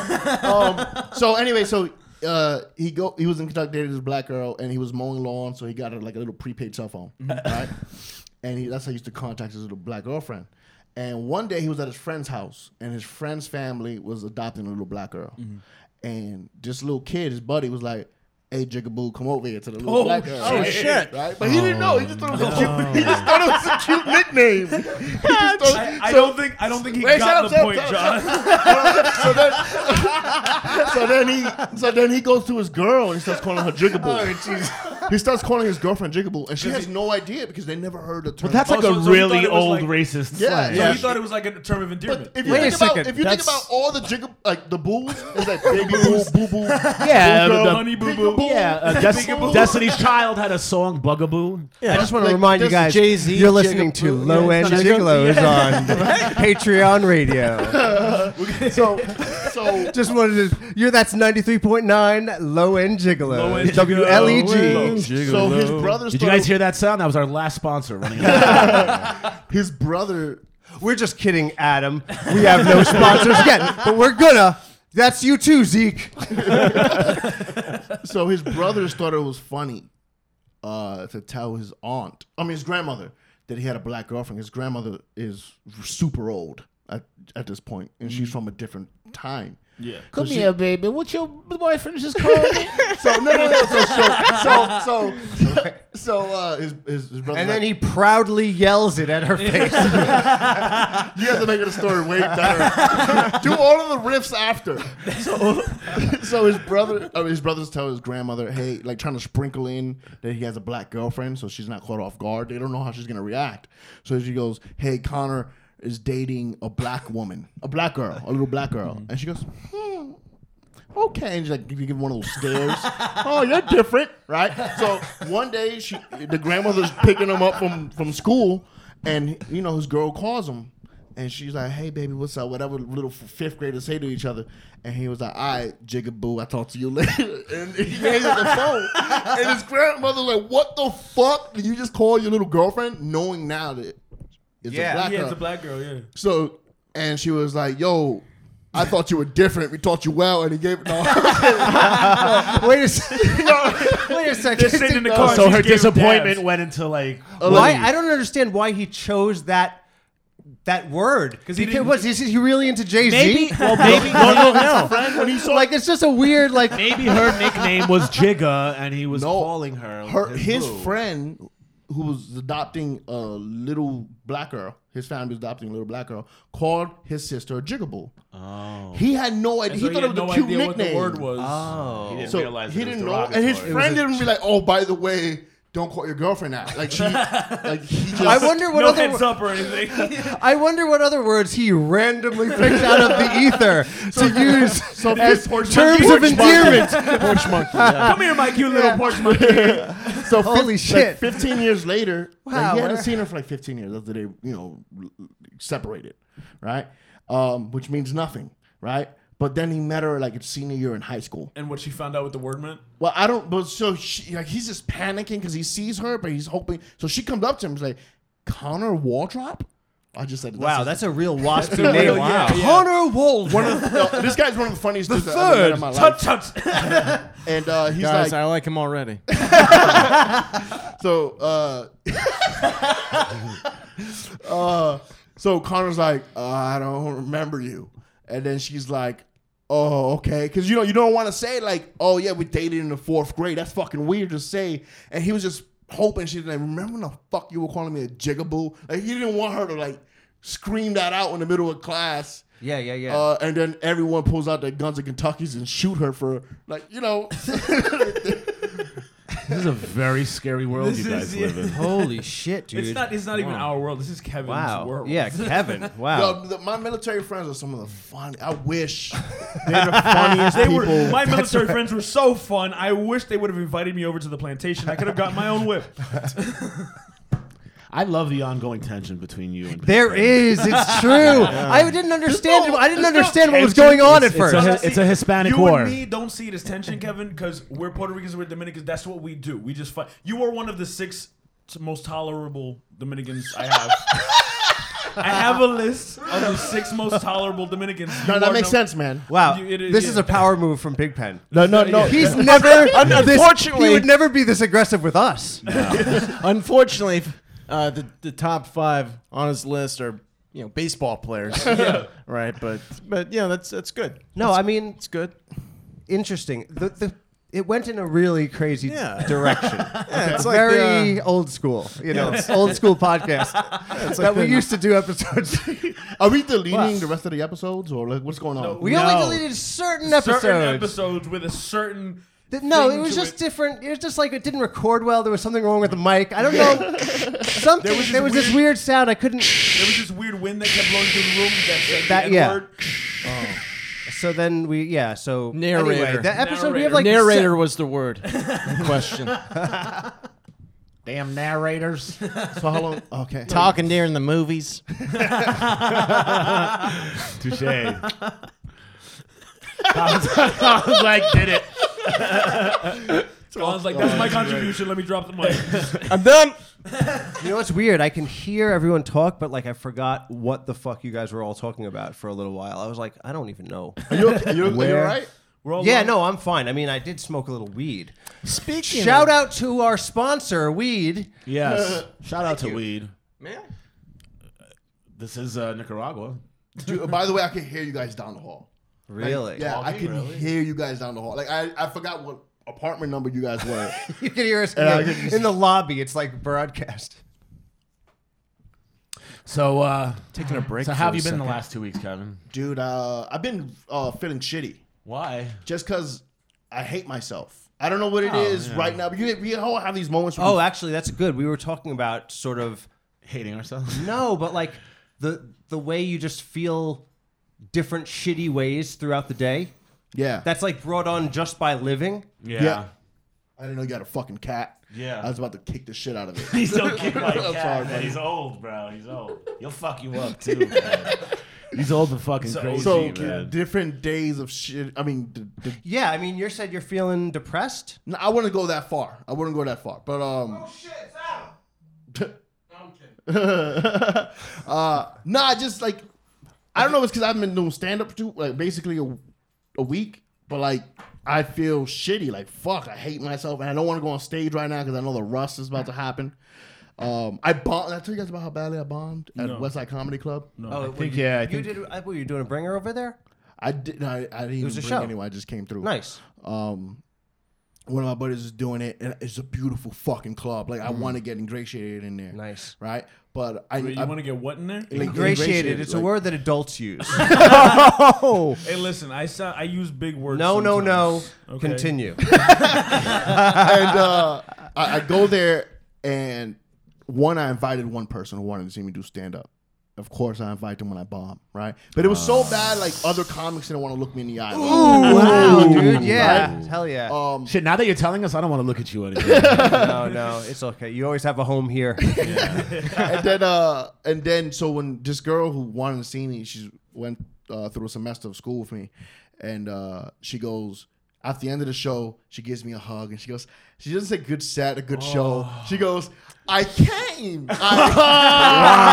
[SPEAKER 8] Um, so anyway, so uh, he go he was in Kentucky dated this black girl, and he was mowing lawn, so he got a, like a little prepaid cell phone,
[SPEAKER 4] Mm-hmm.
[SPEAKER 8] right? And he, that's how he used to contact his little black girlfriend. And one day he was at his friend's house, and his friend's family was adopting a little black girl.
[SPEAKER 4] Mm-hmm.
[SPEAKER 8] And this little kid, his buddy, was like, "Hey, Jigaboo, come over here to the little
[SPEAKER 4] Oh,
[SPEAKER 8] black girl."
[SPEAKER 4] shit. Oh.
[SPEAKER 8] right? Right? But he didn't know. He just thought it was a cute. He just thought it was a cute nickname.
[SPEAKER 4] (laughs)
[SPEAKER 8] He just thought-
[SPEAKER 4] I, I
[SPEAKER 8] so-
[SPEAKER 4] don't think I don't think he
[SPEAKER 8] Wait, shut
[SPEAKER 4] got
[SPEAKER 8] up,
[SPEAKER 4] the
[SPEAKER 8] shut up,
[SPEAKER 4] point,
[SPEAKER 8] shut
[SPEAKER 4] John.
[SPEAKER 8] up, (laughs) so then, so then he, so then he goes to his girl and he starts calling her Jigaboo. he starts calling his girlfriend Jigaboo, and she has no idea because they never heard the term.
[SPEAKER 1] That's
[SPEAKER 4] Oh,
[SPEAKER 1] like
[SPEAKER 4] so-
[SPEAKER 1] a
[SPEAKER 4] so he thought
[SPEAKER 1] really
[SPEAKER 4] it was
[SPEAKER 1] old
[SPEAKER 4] like-
[SPEAKER 8] (laughs)
[SPEAKER 1] racist
[SPEAKER 8] Yeah,
[SPEAKER 1] slang.
[SPEAKER 4] So
[SPEAKER 8] yeah.
[SPEAKER 4] he thought it was like a term of endearment.
[SPEAKER 8] if you
[SPEAKER 2] Wait a
[SPEAKER 8] think about
[SPEAKER 2] second,
[SPEAKER 8] if you think
[SPEAKER 1] that's-
[SPEAKER 8] about all the jig like the boos, it's like baby boo, boo boo.
[SPEAKER 1] (laughs) Yeah,
[SPEAKER 8] Boo
[SPEAKER 1] the-
[SPEAKER 8] girl,
[SPEAKER 4] honey boo
[SPEAKER 8] big
[SPEAKER 4] boo.
[SPEAKER 1] Yeah, uh, Des- Destiny's Child had a song, Bugaboo.
[SPEAKER 2] I just want to
[SPEAKER 8] Like,
[SPEAKER 2] remind you
[SPEAKER 8] this
[SPEAKER 2] guys,
[SPEAKER 7] Jay-Z,
[SPEAKER 2] you're listening
[SPEAKER 7] Jigga-
[SPEAKER 2] to
[SPEAKER 7] yeah,
[SPEAKER 2] Low End
[SPEAKER 7] it's not Jigga-
[SPEAKER 8] (laughs)
[SPEAKER 2] Gigolos on Patreon Radio.
[SPEAKER 8] So,
[SPEAKER 1] (laughs)
[SPEAKER 8] so
[SPEAKER 2] Just wanted to, you're that's 93.9 Low End
[SPEAKER 4] Low End
[SPEAKER 2] Gigolos.
[SPEAKER 1] Oh,
[SPEAKER 4] Gigolo.
[SPEAKER 2] W L E G.
[SPEAKER 8] so his brother.
[SPEAKER 1] Did you
[SPEAKER 8] started-
[SPEAKER 1] guys hear that sound? That was our last sponsor running out.
[SPEAKER 8] His brother
[SPEAKER 2] We're just kidding, Adam. We have no sponsors yet, but we're gonna. That's you too, Zeke.
[SPEAKER 8] So his brother started was funny uh, to tell his aunt, I mean his grandmother, that he had a black girlfriend. His grandmother is super old at, at this point, and she's from a different time. Yeah,
[SPEAKER 1] Come
[SPEAKER 8] she-
[SPEAKER 1] here, baby. What your boyfriend just called me?
[SPEAKER 8] (laughs) So no, no, no. So so so so, so uh, his, his his brother.
[SPEAKER 2] And then he proudly yells it at her face.
[SPEAKER 8] you have to make it a story way better. Do all of the riffs after. So, so his brother, I mean, his brothers tell his grandmother, hey, like trying to sprinkle in that he has a black girlfriend, so she's not caught off guard. They don't know how she's gonna react. So she goes, hey, Connor is dating a black woman, a black girl, a little black girl, and she goes, hmm. Okay, and she's like, you give one of those stares. (laughs) oh, you're different, right? So one day, she, the grandmother's picking him up from from school, and you know his girl calls him, And she's like, "Hey, baby, what's up?" Whatever little f- fifth graders say to each other. And he was like, "All right, jigaboo, I talk to you (laughs) later." And he hangs up the phone. And his grandmother's like, "What the fuck? Did you just call your little girlfriend, knowing now that it's
[SPEAKER 2] Yeah.
[SPEAKER 8] a black
[SPEAKER 4] Yeah,
[SPEAKER 8] girl?"
[SPEAKER 4] it's a black girl. Yeah.
[SPEAKER 8] So, and she was like, "Yo, I thought you were different. We taught you well." And he gave it. No. (laughs)
[SPEAKER 2] Wait a
[SPEAKER 4] (laughs)
[SPEAKER 2] second. Wait a second.
[SPEAKER 4] sitting in the car.
[SPEAKER 1] So
[SPEAKER 4] she
[SPEAKER 1] her
[SPEAKER 4] gave
[SPEAKER 1] disappointment
[SPEAKER 4] dabs.
[SPEAKER 1] went into like
[SPEAKER 2] Why? I don't understand why he chose that that word. Because
[SPEAKER 4] he didn't-
[SPEAKER 2] was is he really into Jay Z?
[SPEAKER 5] Maybe, well, maybe,
[SPEAKER 1] no, no, no.
[SPEAKER 5] friend, when he saw
[SPEAKER 2] (laughs) Like it's just a weird like.
[SPEAKER 5] maybe her nickname was Jigga, and he was
[SPEAKER 8] No.
[SPEAKER 1] calling her.
[SPEAKER 8] Her, his
[SPEAKER 1] boo.
[SPEAKER 8] friend, who was adopting a little black girl, his family was adopting a little black girl, called his sister a jigaboo. Oh. He had no idea.
[SPEAKER 4] And
[SPEAKER 8] he
[SPEAKER 4] so
[SPEAKER 8] thought
[SPEAKER 4] had
[SPEAKER 8] it was
[SPEAKER 4] no
[SPEAKER 8] a cute
[SPEAKER 4] idea
[SPEAKER 8] nickname. Ah.
[SPEAKER 4] what the word was.
[SPEAKER 1] Oh, He didn't
[SPEAKER 8] So
[SPEAKER 1] realize
[SPEAKER 8] he
[SPEAKER 1] it was
[SPEAKER 8] didn't know, and
[SPEAKER 1] derogatory.
[SPEAKER 8] his friend didn't be like, "Oh, by the way, don't call your girlfriend that." Like she, like he just.
[SPEAKER 2] I wonder what
[SPEAKER 4] no
[SPEAKER 2] other.
[SPEAKER 4] heads up or (laughs) anything.
[SPEAKER 2] I wonder what other words he randomly picked out of the ether
[SPEAKER 4] (laughs)
[SPEAKER 2] to use as terms of endearment.
[SPEAKER 8] Porch
[SPEAKER 7] (laughs)
[SPEAKER 8] monkey. yeah.
[SPEAKER 4] Come here, my cute little porch monkey.
[SPEAKER 8] So
[SPEAKER 2] Holy
[SPEAKER 8] fif-
[SPEAKER 2] shit.
[SPEAKER 8] Like Fifteen years later,
[SPEAKER 2] Wow,
[SPEAKER 8] like he hadn't
[SPEAKER 2] where-
[SPEAKER 8] seen her for like fifteen years after they, you know, l- l- separated, right? Um, which means nothing, right? But then he met her like his senior year in high school.
[SPEAKER 4] (laughs) and what she found out what the word meant.
[SPEAKER 8] Well, I don't. But so she, like he's just panicking because he sees her, but he's hoping. So she comes up to him, and like, Connor Waldrop. I just said,
[SPEAKER 2] Wow, that's a real waspy name.
[SPEAKER 4] a real- yeah, yeah.
[SPEAKER 2] Connor Wald.
[SPEAKER 8] (laughs) one of the, no, this guy's one of the funniest dudes I've ever met in my life.
[SPEAKER 4] touch.
[SPEAKER 8] And uh, he's
[SPEAKER 7] Guys,
[SPEAKER 8] like,
[SPEAKER 7] I like him (laughs) already.
[SPEAKER 8] so uh, (laughs) uh, so Connor's like, uh, I don't remember you, and then she's like, Oh, okay, because you know you don't want to say like, Oh yeah, we dated in the fourth grade. That's fucking weird to say. And he was just hoping she didn't remember when the fuck you were calling me a jigaboo. Like he didn't want her to like scream that out in the middle of class.
[SPEAKER 2] Yeah, yeah, yeah.
[SPEAKER 8] Uh, and then everyone pulls out their guns and Kentuckys and shoot her for like you know.
[SPEAKER 1] This is a very scary world
[SPEAKER 4] This
[SPEAKER 1] you guys
[SPEAKER 4] is-
[SPEAKER 1] live in.
[SPEAKER 2] Holy shit, dude.
[SPEAKER 4] (laughs) (laughs) It's not. It's not even our world. This is Kevin's
[SPEAKER 2] Wow.
[SPEAKER 4] world. (laughs)
[SPEAKER 2] Yeah, Kevin. Wow.
[SPEAKER 8] Yo, the, my military friends are some of the fun. I wish they're the funniest
[SPEAKER 4] They
[SPEAKER 8] people.
[SPEAKER 4] were, my military friends were so fun. I wish they would have invited me over to the plantation. I could have gotten my own whip.
[SPEAKER 1] I love the ongoing tension between you and
[SPEAKER 2] There is. (laughs) It's true. I didn't understand. I didn't understand what was
[SPEAKER 1] tension.
[SPEAKER 2] going on at
[SPEAKER 1] It's- it's a-
[SPEAKER 2] first.
[SPEAKER 1] it's a Hispanic
[SPEAKER 4] you
[SPEAKER 1] war.
[SPEAKER 4] and me don't see it as tension, Kevin, because we're Puerto Ricans, we're Dominicans. That's what we do. We just fight. You are one of the six t- most tolerable Dominicans I have. I have a list of the six most tolerable Dominicans.
[SPEAKER 8] No,
[SPEAKER 4] You
[SPEAKER 8] that
[SPEAKER 4] are
[SPEAKER 8] makes
[SPEAKER 4] no-
[SPEAKER 8] sense, man.
[SPEAKER 2] Wow,
[SPEAKER 4] You- it is-
[SPEAKER 2] this
[SPEAKER 4] yeah.
[SPEAKER 2] is a power move from Big
[SPEAKER 4] (laughs)
[SPEAKER 2] Pen.
[SPEAKER 1] No, no,
[SPEAKER 2] (laughs)
[SPEAKER 1] no.
[SPEAKER 2] He's never.
[SPEAKER 7] Unfortunately-
[SPEAKER 2] this, he would never be this aggressive with us.
[SPEAKER 7] (laughs) Unfortunately, uh, the the top five on his list are you know baseball players, (laughs) right? But but yeah, that's that's good.
[SPEAKER 2] No, I mean,
[SPEAKER 7] It's good.
[SPEAKER 2] interesting. The, the it went in a really crazy
[SPEAKER 7] (laughs) Yeah.
[SPEAKER 2] direction.
[SPEAKER 7] it's like uh, the,
[SPEAKER 2] Very old school, you know, old school podcast that we used to do episodes. (laughs)
[SPEAKER 8] Are we deleting the rest of the episodes or like what's going on?
[SPEAKER 2] we
[SPEAKER 1] No.
[SPEAKER 2] only deleted certain episodes.
[SPEAKER 4] Certain episodes with a certain.
[SPEAKER 2] Th- no,
[SPEAKER 4] thing
[SPEAKER 2] it was
[SPEAKER 4] to
[SPEAKER 2] just
[SPEAKER 4] it.
[SPEAKER 2] different. It was just like it didn't record well. There was something wrong with the mic. I don't know. Something. There was,
[SPEAKER 4] this
[SPEAKER 2] this
[SPEAKER 4] weird-
[SPEAKER 2] weird sound. I couldn't.
[SPEAKER 4] There was this weird wind that kept blowing through the room. That said the
[SPEAKER 2] That- yeah.
[SPEAKER 4] N-word.
[SPEAKER 2] So then we, yeah. So Anyway,
[SPEAKER 7] Narrator.
[SPEAKER 2] that episode we have
[SPEAKER 4] Narrator.
[SPEAKER 2] like
[SPEAKER 7] Narrator was the word in question.
[SPEAKER 1] damn
[SPEAKER 2] (laughs)
[SPEAKER 1] narrators.
[SPEAKER 8] so how long?
[SPEAKER 1] (laughs)
[SPEAKER 8] Okay.
[SPEAKER 7] Talking during the movies.
[SPEAKER 1] Touche. I was, I was like, did it.
[SPEAKER 4] So I was like, that's my contribution. Let me drop the mic.
[SPEAKER 9] (laughs)
[SPEAKER 7] I'm done.
[SPEAKER 2] You know what's weird? I can hear everyone talk, but like I forgot what the fuck you guys were all talking about for a little while. I was like, I don't even know.
[SPEAKER 8] Are you, okay? Are you, are you all right?
[SPEAKER 4] We're all
[SPEAKER 2] yeah,
[SPEAKER 4] alone.
[SPEAKER 2] no, I'm fine. I mean, I did smoke a little weed.
[SPEAKER 7] Speaking.
[SPEAKER 2] Shout out to our sponsor, Weed.
[SPEAKER 1] Yes. Shout out to
[SPEAKER 2] you.
[SPEAKER 1] Weed.
[SPEAKER 7] man.
[SPEAKER 1] This is uh, Nicaragua.
[SPEAKER 8] Dude, by the way, I can hear (laughs) you guys down the hall. Like,
[SPEAKER 2] Really?
[SPEAKER 8] yeah, I can hear you guys down the hall. Like I, I forgot what apartment number you guys were.
[SPEAKER 2] (laughs)
[SPEAKER 1] (laughs)
[SPEAKER 2] You can hear us
[SPEAKER 8] Yeah, I
[SPEAKER 2] in,
[SPEAKER 8] can-
[SPEAKER 2] in the lobby. It's like broadcast.
[SPEAKER 1] So, uh,
[SPEAKER 7] Taking a break.
[SPEAKER 1] so
[SPEAKER 7] for
[SPEAKER 1] how have
[SPEAKER 7] a
[SPEAKER 1] you been the
[SPEAKER 7] second.
[SPEAKER 1] last two weeks, Kevin?
[SPEAKER 8] Dude, uh, I've been uh, feeling shitty
[SPEAKER 1] Why?
[SPEAKER 8] just because I hate myself. I don't know what it
[SPEAKER 1] Oh,
[SPEAKER 8] is
[SPEAKER 1] yeah.
[SPEAKER 8] right now, but you, we all have these moments. where
[SPEAKER 2] Oh,
[SPEAKER 8] we-
[SPEAKER 2] actually, that's good. We were talking about sort of
[SPEAKER 1] Hating (laughs) ourselves.
[SPEAKER 2] no, but like the the way you just feel different shitty ways throughout the day.
[SPEAKER 8] yeah,
[SPEAKER 2] That's like brought on just by living.
[SPEAKER 8] yeah. I didn't know you had a fucking cat.
[SPEAKER 9] Yeah.
[SPEAKER 8] I was about to kick the shit out of
[SPEAKER 1] (laughs)
[SPEAKER 8] it.
[SPEAKER 9] He's so
[SPEAKER 7] (laughs)
[SPEAKER 9] cute like
[SPEAKER 8] (laughs) I'm
[SPEAKER 9] that.
[SPEAKER 8] sorry,
[SPEAKER 9] man.
[SPEAKER 8] buddy.
[SPEAKER 9] He's old, bro. He's old. He'll fuck you up too. Man.
[SPEAKER 1] He's old and fucking
[SPEAKER 4] So-
[SPEAKER 1] crazy,
[SPEAKER 8] so
[SPEAKER 1] man.
[SPEAKER 8] different days of shit. I mean, d- d-
[SPEAKER 2] Yeah, I mean, you said you're feeling depressed.
[SPEAKER 8] no, I wouldn't go that far. I wouldn't go that far. But um.
[SPEAKER 3] Oh, shit, it's out.
[SPEAKER 8] (laughs) uh, nah, just like I don't know. It's because I've been doing stand up too, like basically a, a week. But like I feel shitty. Like fuck, I hate myself, and I don't want to go on stage right now because I know the rust is about to happen. Um, I bombed. Did I tell you guys about how badly I bombed at Westside Comedy Club. No,
[SPEAKER 2] Oh, I
[SPEAKER 1] think,
[SPEAKER 2] you,
[SPEAKER 1] yeah, I
[SPEAKER 2] you
[SPEAKER 1] think-
[SPEAKER 2] did. I- Were you doing a bringer over there?
[SPEAKER 8] I didn't. I, I didn't even
[SPEAKER 2] was a
[SPEAKER 8] bring
[SPEAKER 2] show.
[SPEAKER 8] anyone. I just came through.
[SPEAKER 2] Nice.
[SPEAKER 8] um one of my buddies is doing it and it's a beautiful fucking club like i want to get ingratiated in there
[SPEAKER 2] Mm. Nice.
[SPEAKER 8] right but i,
[SPEAKER 4] Wait,
[SPEAKER 8] I
[SPEAKER 4] you want to get what in there?
[SPEAKER 8] like,
[SPEAKER 2] Ingratiated.
[SPEAKER 8] ingratiated,
[SPEAKER 2] It's a
[SPEAKER 8] like-
[SPEAKER 2] word that adults use.
[SPEAKER 4] Hey, listen, I saw, I use big words.
[SPEAKER 2] no, no, no.
[SPEAKER 4] sometimes. Okay.
[SPEAKER 2] Continue.
[SPEAKER 8] and uh (laughs) I, I go there and one i invited one person who wanted to see me do stand up of course i invite them when i bomb right but it was
[SPEAKER 2] Ah.
[SPEAKER 8] so bad like other comics didn't want to look me in the eye
[SPEAKER 2] wow, dude. Yeah. Hell yeah.
[SPEAKER 8] um
[SPEAKER 1] Shit, now that you're telling us, I don't want to look at you anymore.
[SPEAKER 2] Oh, no, no, it's okay. You always have a home (laughs) here.
[SPEAKER 8] and then uh and then so when this girl who wanted to see me she went uh, through a semester of school with me and uh she goes at the end of the show she gives me a hug and she goes she doesn't say good set a good show she goes i came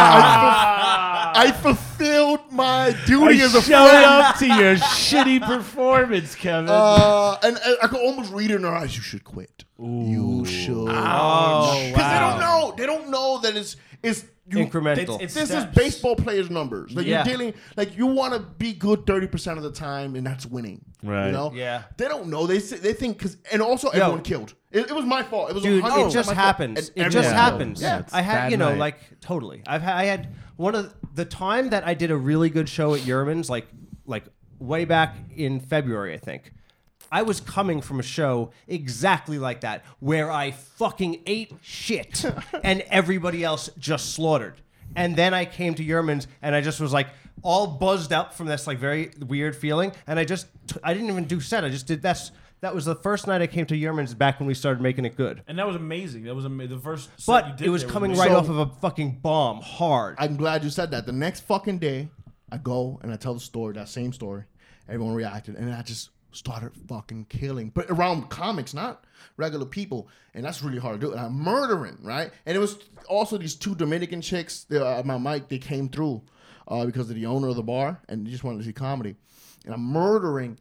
[SPEAKER 8] I, I, fu- I fulfilled my duty as a
[SPEAKER 1] Showed up to your shitty performance, Kevin.
[SPEAKER 8] uh, and, and I could almost read it in her eyes. You should quit. You should.
[SPEAKER 2] Oh,
[SPEAKER 8] Because they don't know. They don't know that it's it's you,
[SPEAKER 2] Incremental.
[SPEAKER 4] It's-
[SPEAKER 8] this
[SPEAKER 4] steps.
[SPEAKER 8] is baseball players' numbers. Like
[SPEAKER 2] Yeah.
[SPEAKER 8] you're dealing, like you want to be good thirty percent of the time, and that's winning.
[SPEAKER 1] Right.
[SPEAKER 8] You know.
[SPEAKER 2] Yeah.
[SPEAKER 8] They don't know. They say- they think because and also everyone killed. It, it was my fault. It was
[SPEAKER 2] Dude,
[SPEAKER 8] 100%
[SPEAKER 2] it just
[SPEAKER 8] my fault.
[SPEAKER 2] happens.
[SPEAKER 8] And
[SPEAKER 2] It just
[SPEAKER 8] everyone-
[SPEAKER 2] happens.
[SPEAKER 8] Yeah.
[SPEAKER 1] it's
[SPEAKER 2] I had,
[SPEAKER 1] bad
[SPEAKER 2] you know,
[SPEAKER 1] night.
[SPEAKER 2] like totally. I've had, I had one of the time that I did a really good show at Yerman's, like, like way back in February, I think. I was coming from a show exactly like that, where I fucking ate shit, and everybody else just slaughtered. And then I came to Yerman's, and I just was like all buzzed up from this like very weird feeling. And I just, t- I didn't even do set. I just did that's. That was the first night I came to Yerman's back when we started making it good.
[SPEAKER 4] And that was amazing. That was ama- the first. set you
[SPEAKER 2] But
[SPEAKER 4] did
[SPEAKER 2] it was
[SPEAKER 4] there
[SPEAKER 2] coming
[SPEAKER 4] amazing.
[SPEAKER 2] right
[SPEAKER 8] So-
[SPEAKER 2] off of a fucking bomb, hard.
[SPEAKER 8] I'm glad you said that. The next fucking day, I go and I tell the story, that same story. Everyone reacted, and I just started fucking killing, but around comics, not regular people, and that's really hard to do. And I'm murdering, right? And it was also these two Dominican chicks they, uh, at my mic. They came through uh, because of the owner of the bar, and they just wanted to see comedy. And I'm murdering,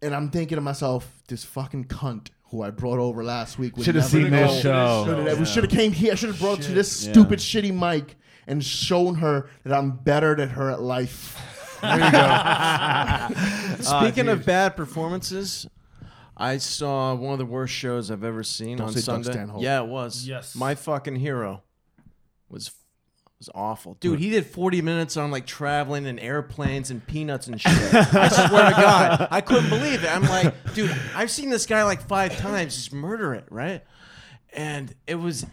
[SPEAKER 8] and I'm thinking to myself, this fucking cunt who I brought over last week would
[SPEAKER 1] Should have
[SPEAKER 8] never
[SPEAKER 1] seen
[SPEAKER 8] know.
[SPEAKER 1] this show.
[SPEAKER 8] Should have, We should have came here. I should have brought to this stupid, shitty mic and shown her that I'm better than her at life. Uh,
[SPEAKER 7] Speaking of bad performances, I saw one of the worst shows I've ever seen on
[SPEAKER 8] say Doug
[SPEAKER 7] Sunday.
[SPEAKER 8] Stanhope.
[SPEAKER 7] yeah, it was.
[SPEAKER 4] Yes.
[SPEAKER 7] My fucking hero was was awful. Dude, he did 40 minutes on like traveling and airplanes and peanuts and shit. I swear to (laughs) God. I couldn't believe it. I'm like, dude, I've seen this guy like five times just murder it, right? And it was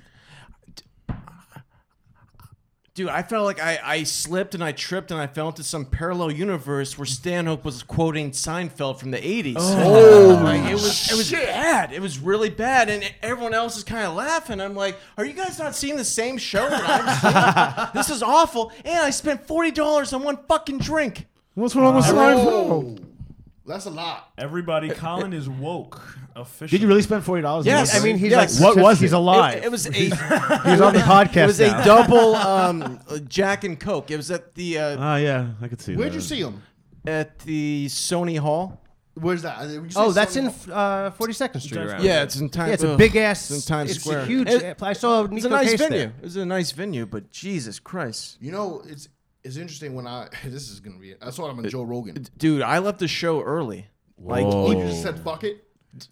[SPEAKER 7] Dude, I felt like I, I slipped and I tripped and I fell into some parallel universe where Stanhope was quoting Seinfeld from the 80s. Oh, it was it was bad. It was really bad, and everyone else is kind of laughing. I'm like, are you guys not seeing the same show? That (laughs) I'm seeing? this is awful. And I spent forty dollars on one fucking drink.
[SPEAKER 1] What's wrong with Seinfeld?
[SPEAKER 8] Oh, that's a lot.
[SPEAKER 4] Everybody, Colin is woke. Officially.
[SPEAKER 1] Did you really spend forty dollars?
[SPEAKER 7] Yes, I mean, he's like-
[SPEAKER 2] what
[SPEAKER 1] was
[SPEAKER 2] he's
[SPEAKER 1] it?
[SPEAKER 2] alive?
[SPEAKER 7] It,
[SPEAKER 2] (laughs)
[SPEAKER 7] it was a
[SPEAKER 2] he's on the podcast.
[SPEAKER 7] (laughs) it was a
[SPEAKER 2] (laughs)
[SPEAKER 7] double um, Jack and Coke. It was at the uh,
[SPEAKER 1] Oh yeah, I could see.
[SPEAKER 8] Where'd
[SPEAKER 1] that.
[SPEAKER 8] you see him?
[SPEAKER 7] at the Sony Hall.
[SPEAKER 8] Where's that? Did you say
[SPEAKER 2] oh, that's in
[SPEAKER 8] something-
[SPEAKER 2] uh, 42nd Street. Around.
[SPEAKER 7] Yeah, it's in Times.
[SPEAKER 2] yeah, it's a
[SPEAKER 7] ugh,
[SPEAKER 2] big ass.
[SPEAKER 7] It's in Times Square.
[SPEAKER 2] It's a huge.
[SPEAKER 7] It-
[SPEAKER 2] I saw
[SPEAKER 7] It's
[SPEAKER 2] Nico
[SPEAKER 7] a nice
[SPEAKER 2] Case
[SPEAKER 7] venue.
[SPEAKER 2] there.
[SPEAKER 7] It was a nice venue, but Jesus Christ,
[SPEAKER 8] You know, it's it's interesting when I (laughs) this is gonna be. it. I saw him on Joe Rogan.
[SPEAKER 7] dude! I left the show early. Like
[SPEAKER 1] Whoa.
[SPEAKER 8] He
[SPEAKER 2] oh.
[SPEAKER 8] just said fuck it.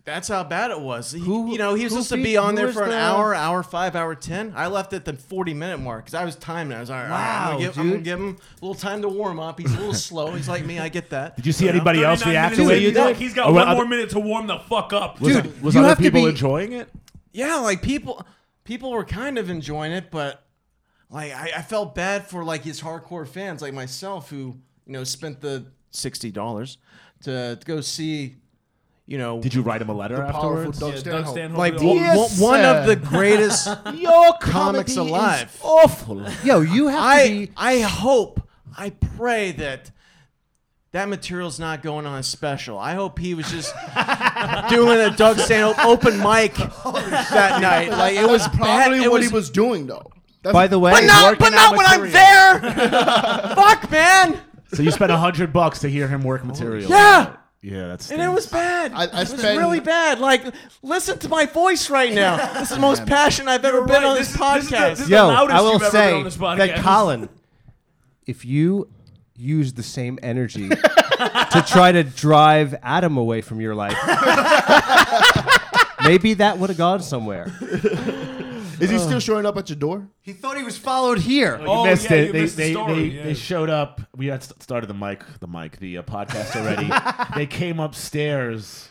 [SPEAKER 7] that's how bad it was. He,
[SPEAKER 2] Who-
[SPEAKER 7] you know, he was
[SPEAKER 2] who
[SPEAKER 7] supposed to
[SPEAKER 2] beat-
[SPEAKER 7] be on
[SPEAKER 2] who
[SPEAKER 7] there
[SPEAKER 2] is
[SPEAKER 7] for an
[SPEAKER 2] the-
[SPEAKER 7] hour, hour five, hour ten. I left at the forty minute mark because I was timing. it. I was like, wow,
[SPEAKER 2] Wow,
[SPEAKER 7] I'm, gonna give, I'm gonna
[SPEAKER 2] dude.
[SPEAKER 7] give him a little time to warm up. He's a little slow. He's like me. I get that.
[SPEAKER 1] Did you see anybody else
[SPEAKER 4] 39
[SPEAKER 1] react Oh, the
[SPEAKER 4] minutes
[SPEAKER 1] way
[SPEAKER 4] in,
[SPEAKER 1] you
[SPEAKER 4] he's like,
[SPEAKER 1] did?
[SPEAKER 4] He's got
[SPEAKER 1] Or were
[SPEAKER 4] one
[SPEAKER 1] other-
[SPEAKER 4] more minute to warm the fuck up.
[SPEAKER 1] Was,
[SPEAKER 2] Dude,
[SPEAKER 1] was
[SPEAKER 2] you
[SPEAKER 1] other
[SPEAKER 2] have to
[SPEAKER 1] people
[SPEAKER 2] be-
[SPEAKER 1] enjoying it?
[SPEAKER 7] yeah, like people, people were kind of enjoying it, but like I, I felt bad for like his hardcore fans, like myself, who you know spent the sixty dollars to, to go see, you know,
[SPEAKER 1] Did you write him a letter
[SPEAKER 8] Powerful
[SPEAKER 1] afterwards?
[SPEAKER 8] Doug
[SPEAKER 4] Doug
[SPEAKER 8] Stanhope.
[SPEAKER 4] Stanhope.
[SPEAKER 7] like
[SPEAKER 4] they all-
[SPEAKER 7] one, one of the
[SPEAKER 8] (laughs)
[SPEAKER 7] greatest
[SPEAKER 5] Your
[SPEAKER 7] comics alive.
[SPEAKER 5] awful.
[SPEAKER 2] Yo, you have
[SPEAKER 7] I I hope, I pray that that material's not going on a special. I hope he was
[SPEAKER 8] (laughs)
[SPEAKER 7] just doing a Doug Stanhope open mic that night. Like it was bad.
[SPEAKER 8] Probably
[SPEAKER 7] It
[SPEAKER 8] what
[SPEAKER 7] was,
[SPEAKER 8] he was doing though. That's
[SPEAKER 2] By the way,
[SPEAKER 7] but not, but not when I'm (laughs) there. Fuck, man.
[SPEAKER 1] (laughs) So you spent a hundred bucks to hear him work material.
[SPEAKER 7] Yeah.
[SPEAKER 1] Yeah, that's.
[SPEAKER 7] And it was bad.
[SPEAKER 8] I- I
[SPEAKER 7] it was
[SPEAKER 8] spent-
[SPEAKER 7] really bad. Like, listen to my voice
[SPEAKER 4] (laughs)
[SPEAKER 7] right now. This is the most passionate I've ever
[SPEAKER 4] You're
[SPEAKER 7] been
[SPEAKER 4] right.
[SPEAKER 7] on
[SPEAKER 4] This
[SPEAKER 7] this
[SPEAKER 4] is- this is the-
[SPEAKER 7] podcast.
[SPEAKER 4] this is
[SPEAKER 2] Yo,
[SPEAKER 4] the loudest
[SPEAKER 2] I will
[SPEAKER 4] you've ever been
[SPEAKER 2] say
[SPEAKER 4] on this podcast.
[SPEAKER 2] that Colin, if you use the same energy to try to drive Adam away from your life, (laughs) maybe that would have gone somewhere.
[SPEAKER 8] is
[SPEAKER 2] uh,
[SPEAKER 8] he still showing up at your door?
[SPEAKER 2] He thought he was followed here.
[SPEAKER 4] Oh,
[SPEAKER 1] missed
[SPEAKER 4] yeah,
[SPEAKER 1] it.
[SPEAKER 4] you
[SPEAKER 1] they,
[SPEAKER 4] missed the
[SPEAKER 1] they,
[SPEAKER 4] story,
[SPEAKER 1] they,
[SPEAKER 4] yeah.
[SPEAKER 1] they showed up. We had st- started the mic, the mic, the uh, podcast already. they came upstairs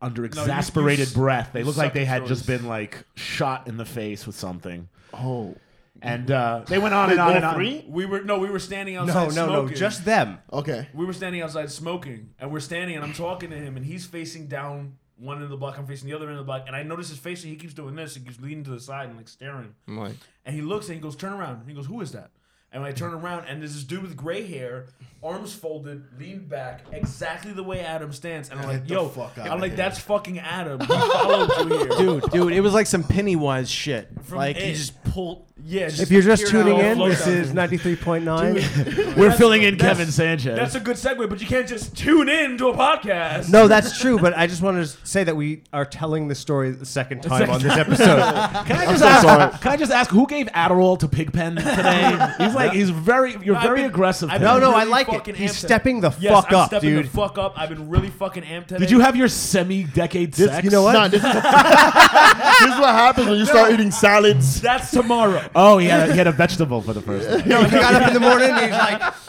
[SPEAKER 1] under
[SPEAKER 4] you-
[SPEAKER 1] exasperated
[SPEAKER 4] you s-
[SPEAKER 1] breath. They looked like they
[SPEAKER 4] suck
[SPEAKER 1] had
[SPEAKER 4] at
[SPEAKER 1] just
[SPEAKER 4] choice.
[SPEAKER 1] been like shot in the face with something,
[SPEAKER 8] Oh,
[SPEAKER 1] and uh, they went on and on
[SPEAKER 8] all
[SPEAKER 1] and on.
[SPEAKER 8] three?
[SPEAKER 4] we were no, we were standing
[SPEAKER 2] No,
[SPEAKER 4] outside.
[SPEAKER 2] no, no,
[SPEAKER 4] smoking.
[SPEAKER 2] just them.
[SPEAKER 8] okay.
[SPEAKER 4] we were standing outside smoking, and we're standing, and I'm talking to him, and he's facing down one end of the block, I'm facing the other end of the block, and I notice his face, and he keeps doing this, he keeps leaning to the side and like staring,
[SPEAKER 7] I'm like,
[SPEAKER 4] and he looks and he goes, "Turn around," and he goes, "Who is that?" And I turn around, and there's this dude with gray hair, arms folded, leaned back, exactly the way Adam stands, and I'm like,
[SPEAKER 8] Get the
[SPEAKER 4] "Yo,"
[SPEAKER 8] fuck out
[SPEAKER 4] I'm
[SPEAKER 8] of
[SPEAKER 4] like,
[SPEAKER 8] here.
[SPEAKER 4] "That's fucking Adam." He followed you here.
[SPEAKER 7] (laughs) dude, dude, it was like some Pennywise shit.
[SPEAKER 4] From
[SPEAKER 7] like he
[SPEAKER 4] It.
[SPEAKER 7] just pulled.
[SPEAKER 4] yeah.
[SPEAKER 2] If you're just
[SPEAKER 7] Here now,
[SPEAKER 2] tuning in,
[SPEAKER 4] float
[SPEAKER 2] this
[SPEAKER 4] down.
[SPEAKER 2] is
[SPEAKER 4] (laughs)
[SPEAKER 2] 93.9.
[SPEAKER 1] We're filling in
[SPEAKER 4] that's-
[SPEAKER 1] Kevin Sanchez.
[SPEAKER 4] that's a good segue, but you can't just tune in to a podcast.
[SPEAKER 2] No, that's true, but I just wanted to say that we are telling the story the second time on this
[SPEAKER 8] (laughs)
[SPEAKER 2] episode.
[SPEAKER 1] Can I just ask? Can I just ask who gave Adderall to Pigpen today? he's like, he's very, you're
[SPEAKER 4] I've
[SPEAKER 1] very
[SPEAKER 4] been-
[SPEAKER 1] aggressive.
[SPEAKER 4] I've
[SPEAKER 1] Kevin.
[SPEAKER 2] No, no, I
[SPEAKER 4] Really
[SPEAKER 2] like
[SPEAKER 4] fucking
[SPEAKER 2] it. He's
[SPEAKER 4] amped it.
[SPEAKER 2] stepping the
[SPEAKER 4] Yes,
[SPEAKER 2] fuck
[SPEAKER 4] I'm
[SPEAKER 2] up,
[SPEAKER 4] stepping
[SPEAKER 2] dude.
[SPEAKER 4] the fuck up. I've been really fucking amped today.
[SPEAKER 1] Did you have your semi-decade
[SPEAKER 8] This,
[SPEAKER 1] sex?
[SPEAKER 8] you know what? this, is, this is what happens when you start eating salads.
[SPEAKER 4] That's tomorrow.
[SPEAKER 1] Oh, he had, a, he had a vegetable for the first time.
[SPEAKER 2] No, he got up in the morning and he's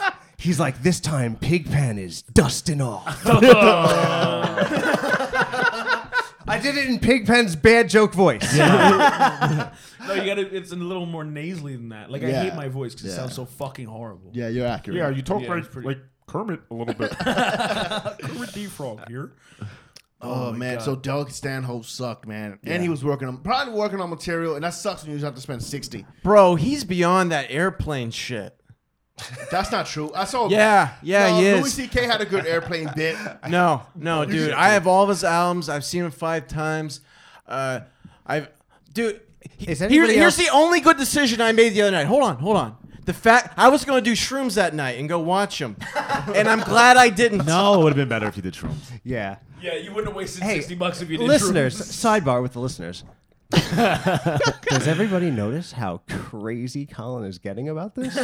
[SPEAKER 4] (laughs)
[SPEAKER 2] like, he's like, this time Pigpen is dusting
[SPEAKER 4] (laughs)
[SPEAKER 2] off.
[SPEAKER 4] Oh.
[SPEAKER 2] (laughs) I did it in Pigpen's bad joke voice.
[SPEAKER 4] no, you gotta. It's a little more nasally than that. Like I
[SPEAKER 8] Yeah.
[SPEAKER 4] hate my voice because it
[SPEAKER 8] Yeah.
[SPEAKER 4] sounds so fucking horrible.
[SPEAKER 8] Yeah, you're accurate.
[SPEAKER 1] talk
[SPEAKER 4] like- like
[SPEAKER 1] Kermit a little bit.
[SPEAKER 4] Kermit the Frog here.
[SPEAKER 8] Oh, man, so Doug Stanhope sucked, man, and he was working on probably working on material, and that sucks when you have to spend sixty.
[SPEAKER 7] Bro, he's beyond that airplane shit.
[SPEAKER 8] That's not true. I (laughs) saw.
[SPEAKER 7] Yeah, yeah,
[SPEAKER 8] no,
[SPEAKER 7] he is.
[SPEAKER 8] Louis C.K. had a good airplane bit.
[SPEAKER 7] No, no, dude. I have all of his albums. I've seen him five times. Uh, I've, dude. he-
[SPEAKER 2] Is
[SPEAKER 7] here-
[SPEAKER 2] anybody
[SPEAKER 7] here's
[SPEAKER 2] else-
[SPEAKER 7] the only good decision I made the other night. Hold on, hold on. The fact I was going to do shrooms that night and go watch (laughs) him, and I'm glad I didn't.
[SPEAKER 1] no, it would have been better if you did shrooms.
[SPEAKER 2] Yeah.
[SPEAKER 4] Yeah, you wouldn't have wasted
[SPEAKER 2] Hey,
[SPEAKER 4] sixty bucks if you did
[SPEAKER 2] Listeners,
[SPEAKER 4] shrooms.
[SPEAKER 2] sidebar with the
[SPEAKER 4] (laughs)
[SPEAKER 2] listeners. Does everybody notice how crazy Colin is getting about this?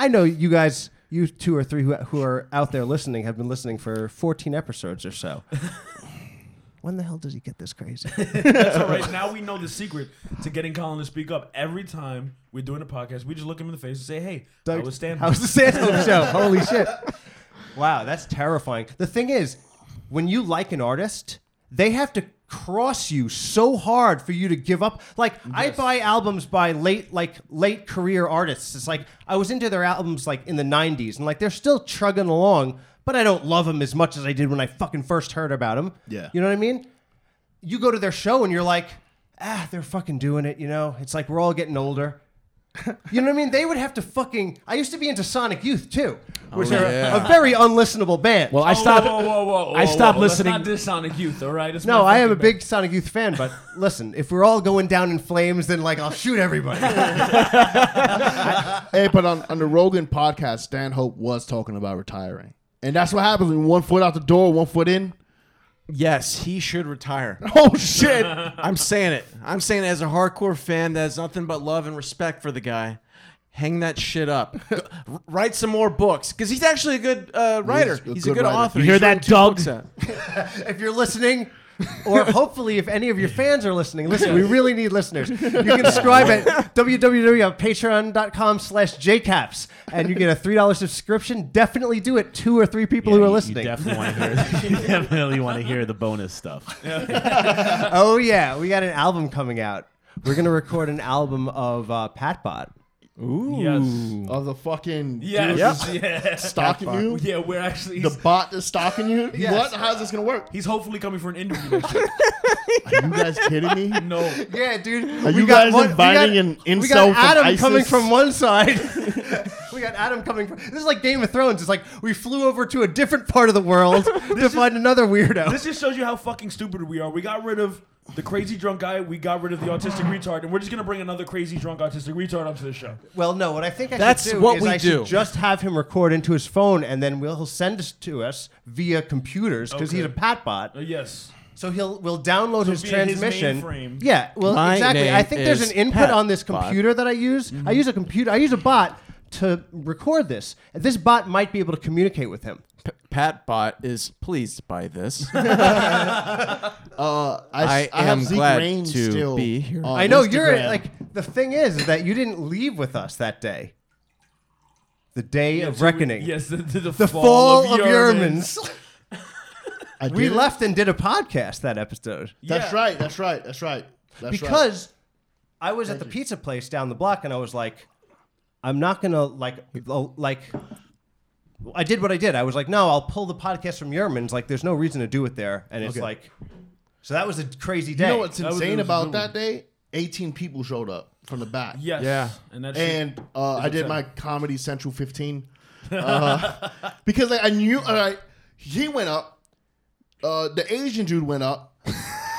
[SPEAKER 2] I know you guys, you two or three who, who are out there listening, have been listening for 14 episodes or
[SPEAKER 4] (laughs)
[SPEAKER 2] so. when the hell does he get this crazy?
[SPEAKER 4] (laughs) All right, now we know the secret to getting Colin to speak up. Every time we're doing a podcast, we just look him in the face and say, "Hey, I was standing."
[SPEAKER 2] How's the Santos show? Holy shit. (laughs) Wow, that's terrifying. The thing is, when you like an artist, they have to cross you so hard for you to give up. Like I buy albums by late like late career artists. It's like I was into their albums like in the 90s and like they're still chugging along, but I don't love them as much as I did when I fucking first heard about them.
[SPEAKER 8] Yeah.
[SPEAKER 2] You know what I mean? You go to their show and you're like, "Ah, they're fucking doing it, you know? It's like we're all getting older." (laughs) You know what I mean? They would have to fucking. I used to be into Sonic Youth too, which are
[SPEAKER 7] yeah.
[SPEAKER 2] a very unlistenable band. Oh,
[SPEAKER 1] Oh, Well, I
[SPEAKER 4] I
[SPEAKER 1] stopped.
[SPEAKER 4] stopped. Whoa, whoa, whoa, whoa,
[SPEAKER 1] I stopped
[SPEAKER 4] whoa.
[SPEAKER 1] listening.
[SPEAKER 4] Let's not diss Sonic Youth, all right? It's
[SPEAKER 2] no,
[SPEAKER 4] my
[SPEAKER 2] I am a
[SPEAKER 4] fucking
[SPEAKER 2] big Sonic Youth fan,
[SPEAKER 1] (laughs)
[SPEAKER 2] but listen, if we're all going down in flames, then like I'll shoot everybody.
[SPEAKER 1] (laughs)
[SPEAKER 8] hey, but on, on the Rogan podcast, Stanhope was talking about retiring, and that's what happens when one foot out the door, one foot in. (laughs)
[SPEAKER 7] Yes, he should (laughs) retire.
[SPEAKER 8] Oh shit!
[SPEAKER 7] I'm saying it. I'm saying it as a hardcore fan that has nothing but love and respect for the guy. Hang that shit up. (laughs) R- Write some more books because he's actually a good uh, writer. He's a good,
[SPEAKER 8] a good writer.
[SPEAKER 7] author.
[SPEAKER 1] You
[SPEAKER 7] He's
[SPEAKER 1] hear that,
[SPEAKER 7] written two
[SPEAKER 1] Doug?
[SPEAKER 7] books out.
[SPEAKER 2] if you're listening, or hopefully if any of your fans are listening, listen, we really need listeners. You
[SPEAKER 1] (laughs)
[SPEAKER 2] can subscribe at www.patreon.com slash jcaps, and you get a $3 subscription. Definitely do it. Two or three people who are listening.
[SPEAKER 1] You definitely want to hear. (laughs) you definitely want to hear the bonus stuff.
[SPEAKER 2] oh, yeah. We got an album coming out. We're going to record an album of uh, Patbot.
[SPEAKER 7] Ooh.
[SPEAKER 4] Yes.
[SPEAKER 8] Of the fucking
[SPEAKER 4] Yeah,
[SPEAKER 8] dude
[SPEAKER 4] yeah,
[SPEAKER 8] who's
[SPEAKER 4] yeah.
[SPEAKER 8] stalking you,
[SPEAKER 4] Yeah, we're actually
[SPEAKER 8] the
[SPEAKER 4] he's,
[SPEAKER 8] bot that's stalking (laughs) you.
[SPEAKER 2] Yes.
[SPEAKER 8] What? How's this gonna work?
[SPEAKER 4] he's hopefully coming for an interview. next year.
[SPEAKER 8] Are you guys kidding me?
[SPEAKER 4] no,
[SPEAKER 2] Yeah, dude.
[SPEAKER 8] Are you guys inviting an incel
[SPEAKER 2] We got
[SPEAKER 8] from
[SPEAKER 2] Adam
[SPEAKER 8] ISIS?
[SPEAKER 2] coming from one side. (laughs) we got Adam coming from. This is like Game of Thrones. It's like we flew over to a different part of the (laughs) world to find another weirdo.
[SPEAKER 4] this just shows you how fucking stupid we are. We got rid of the crazy drunk guy. We got rid of the autistic retard, and we're just gonna bring another crazy drunk autistic retard onto the show.
[SPEAKER 2] well, no. What I think I
[SPEAKER 7] That's
[SPEAKER 2] should do
[SPEAKER 7] what
[SPEAKER 2] is
[SPEAKER 7] we
[SPEAKER 2] I
[SPEAKER 7] do.
[SPEAKER 2] should just have him record into his phone, and then we'll he'll send it to us via computers because he's a
[SPEAKER 4] Okay. Uh,
[SPEAKER 2] patbot.
[SPEAKER 4] yes.
[SPEAKER 2] So he'll we'll download his
[SPEAKER 4] via his
[SPEAKER 2] transmission.
[SPEAKER 4] mainframe.
[SPEAKER 2] yeah. Well,
[SPEAKER 7] My
[SPEAKER 2] exactly.
[SPEAKER 7] name
[SPEAKER 2] I think there's
[SPEAKER 7] is
[SPEAKER 2] an input on this
[SPEAKER 7] Patbot.
[SPEAKER 2] computer that I use.
[SPEAKER 4] Mm-hmm.
[SPEAKER 2] I use a computer. I use a bot to record this. This bot might be able to communicate with him.
[SPEAKER 7] P- Pat Bot is pleased by (laughs) this.
[SPEAKER 8] Uh, (laughs) I,
[SPEAKER 7] I
[SPEAKER 8] s- I have
[SPEAKER 7] am
[SPEAKER 8] Zeke
[SPEAKER 7] glad
[SPEAKER 8] Rain
[SPEAKER 7] to
[SPEAKER 8] still
[SPEAKER 7] be here.
[SPEAKER 8] on
[SPEAKER 2] I know you're
[SPEAKER 8] Instagram.
[SPEAKER 2] like the thing is, is that you didn't leave with us that day. The day of
[SPEAKER 4] So we-
[SPEAKER 2] reckoning.
[SPEAKER 4] yes, the, the, the
[SPEAKER 2] The
[SPEAKER 4] fall, of, Yermans.
[SPEAKER 2] Yermans.
[SPEAKER 8] I
[SPEAKER 2] We
[SPEAKER 8] did it.
[SPEAKER 2] left and did a podcast that episode.
[SPEAKER 8] That's
[SPEAKER 4] Yeah.
[SPEAKER 8] right. That's right. That's right. That's right.
[SPEAKER 2] because I was at the pizza place down the block and I was like, I'm not gonna like lo- like I did what I did. I was like, no, I'll pull the podcast from Yerman's. Like, there's no reason to do it there, and it's
[SPEAKER 8] Okay.
[SPEAKER 2] like, so that was a crazy day.
[SPEAKER 8] you know what's
[SPEAKER 4] was- that
[SPEAKER 8] insane
[SPEAKER 4] was a
[SPEAKER 8] about
[SPEAKER 4] good one.
[SPEAKER 8] that day? 18 people showed up from the back.
[SPEAKER 4] Yes.
[SPEAKER 7] Yeah.
[SPEAKER 4] And that's
[SPEAKER 8] And uh, I did
[SPEAKER 4] upsetting.
[SPEAKER 8] my Comedy
[SPEAKER 4] (laughs)
[SPEAKER 8] Central 15 uh, because like, I knew all right, he went up, uh, the Asian dude
[SPEAKER 4] (laughs)
[SPEAKER 8] went up,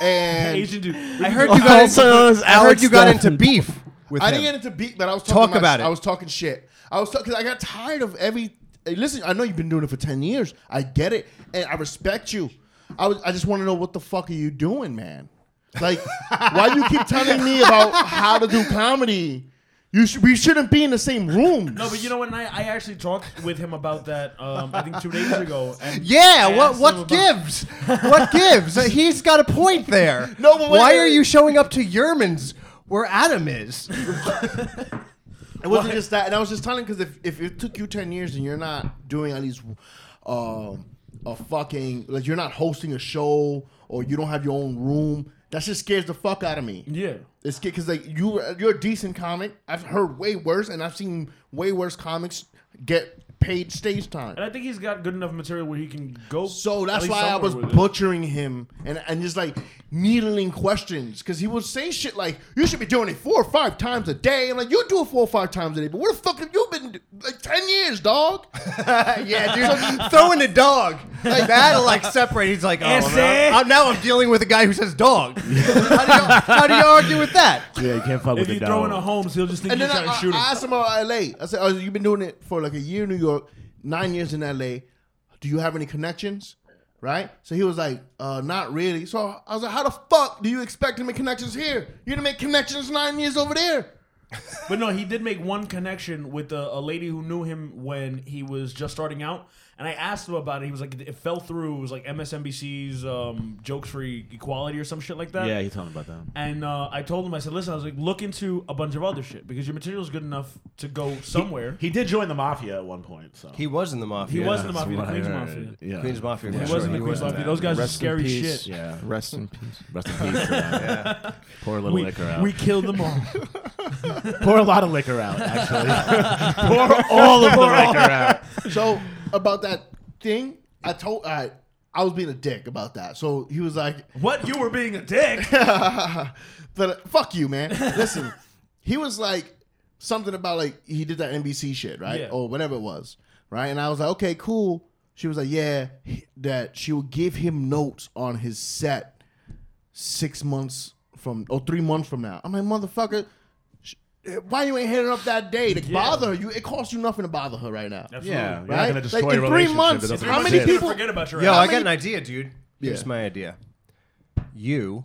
[SPEAKER 8] and
[SPEAKER 4] Asian dude.
[SPEAKER 2] I heard you got into,
[SPEAKER 7] Also, it's
[SPEAKER 2] I heard
[SPEAKER 7] Alex
[SPEAKER 2] you got
[SPEAKER 7] Dunn.
[SPEAKER 2] into beef with
[SPEAKER 8] I
[SPEAKER 2] him.
[SPEAKER 8] didn't get into beat, but I was talking
[SPEAKER 2] Talk
[SPEAKER 8] my-
[SPEAKER 2] about it.
[SPEAKER 8] I was talking shit. I was because I got tired of every. hey, Listen, I know you've been doing it for ten years. I get it, and I respect you. I was. I just want to know what the fuck are you doing, man?
[SPEAKER 2] (laughs)
[SPEAKER 8] Like, why you keep telling me about how to do comedy? You sh- we shouldn't be in the same room.
[SPEAKER 4] No, but you know what? and I, I actually talked with him about that. Um, I think two
[SPEAKER 8] (laughs)
[SPEAKER 4] days ago. And
[SPEAKER 2] Yeah,
[SPEAKER 4] I
[SPEAKER 2] what
[SPEAKER 4] asked him
[SPEAKER 2] what
[SPEAKER 4] about-
[SPEAKER 2] gives?
[SPEAKER 8] (laughs)
[SPEAKER 2] what gives? Uh, He's got a point there.
[SPEAKER 8] No, but wait,
[SPEAKER 2] why
[SPEAKER 8] wait,
[SPEAKER 2] are
[SPEAKER 8] wait.
[SPEAKER 2] you showing up to Yerman's where Adam is?
[SPEAKER 8] It wasn't just that, and I was just telling because if, if it took you ten years and you're not doing at least um, a fucking like you're not hosting a show or you don't have your own room, that just scares the fuck out of me.
[SPEAKER 4] yeah.
[SPEAKER 8] It's because like you you're a decent comic. I've heard way worse, and I've seen way worse comics get paid stage time.
[SPEAKER 4] And I think he's got good enough material where he can go.
[SPEAKER 8] So
[SPEAKER 4] at
[SPEAKER 8] that's
[SPEAKER 4] least
[SPEAKER 8] why I
[SPEAKER 4] somewhere
[SPEAKER 8] was
[SPEAKER 4] with it.
[SPEAKER 8] butchering him and, and just like needling questions because he would say shit like, "You should be doing it four or five times a day," and like you do it four or five times a day, but where the fuck have you been do- like ten years, dog?
[SPEAKER 2] (laughs) yeah, dude, throwing a dog like that'll like separate. He's like, oh,
[SPEAKER 4] Yes,
[SPEAKER 2] now,
[SPEAKER 4] eh?
[SPEAKER 2] I'm, now I'm dealing with a guy who says dog. how, do you, how do you argue with that?
[SPEAKER 1] Yeah, you can't fuck
[SPEAKER 4] If
[SPEAKER 1] with
[SPEAKER 4] you
[SPEAKER 1] the
[SPEAKER 4] throw in a
[SPEAKER 1] dog.
[SPEAKER 4] Holmes, he'll just think
[SPEAKER 8] And
[SPEAKER 4] you're
[SPEAKER 8] then
[SPEAKER 4] trying
[SPEAKER 8] I,
[SPEAKER 4] to shoot
[SPEAKER 8] I, I
[SPEAKER 4] him.
[SPEAKER 8] asked him about L.A. I said, "Oh, you've been doing it for like a year in New York, nine years in L.A. Do you have any connections?" Right? So he was like, uh, "Not really." So I was like, "How the fuck do you expect to make connections here? You didn't make connections nine years over there."
[SPEAKER 4] But no, he did make one connection with a, a lady who knew him when he was just starting out. And I asked him about it. He was like, it fell through. It was like MSNBC's um, Jokes for Equality or some shit like that.
[SPEAKER 1] Yeah, he told me about that.
[SPEAKER 4] And uh, I told him, I said, listen, I was like, look into a bunch of other shit because your material is good enough to go somewhere.
[SPEAKER 1] He did join the mafia at one point. So
[SPEAKER 2] He was in the
[SPEAKER 4] He
[SPEAKER 2] mafia.
[SPEAKER 4] was in the mafia, the
[SPEAKER 1] That's
[SPEAKER 4] Queens
[SPEAKER 1] what I
[SPEAKER 4] mafia.
[SPEAKER 1] heard. Yeah.
[SPEAKER 2] Queen's mafia.
[SPEAKER 4] He
[SPEAKER 2] for
[SPEAKER 4] was in
[SPEAKER 2] sure.
[SPEAKER 4] the Queen's
[SPEAKER 1] was in
[SPEAKER 4] mafia.
[SPEAKER 1] that.
[SPEAKER 4] Those guys are
[SPEAKER 7] Rest in
[SPEAKER 4] scary
[SPEAKER 7] peace.
[SPEAKER 4] shit.
[SPEAKER 1] Yeah.
[SPEAKER 7] Rest in peace.
[SPEAKER 1] Rest in peace. to them. Pour a little
[SPEAKER 4] We,
[SPEAKER 1] liquor out.
[SPEAKER 4] we killed them all.
[SPEAKER 1] pour a lot of liquor out, actually. pour all of the liquor out.
[SPEAKER 8] So about that thing, I told I I was being a dick about that. So he was like,
[SPEAKER 4] what? You were being a dick.
[SPEAKER 8] but fuck you, man. Listen, he was like something about like he did that NBC shit, right?
[SPEAKER 4] Yeah.
[SPEAKER 8] Or whatever it was, right? And I was like, okay, cool. She was like, yeah, that she would give him notes on his set six months from or three months from now. I'm like, motherfucker. sh- Why you ain't hitting up that day to bother her? You it costs you nothing to bother her right now.
[SPEAKER 1] Yeah, you're not
[SPEAKER 8] Right?
[SPEAKER 1] gonna
[SPEAKER 8] Like,
[SPEAKER 1] destroy
[SPEAKER 8] in
[SPEAKER 1] your
[SPEAKER 8] three
[SPEAKER 1] relationship.
[SPEAKER 8] months,
[SPEAKER 1] It doesn't
[SPEAKER 8] how
[SPEAKER 1] make
[SPEAKER 8] many
[SPEAKER 1] sense.
[SPEAKER 8] people-
[SPEAKER 4] forget about your
[SPEAKER 2] Yo,
[SPEAKER 4] ass.
[SPEAKER 2] I got an idea, dude. Here's
[SPEAKER 8] Yeah.
[SPEAKER 2] my idea. You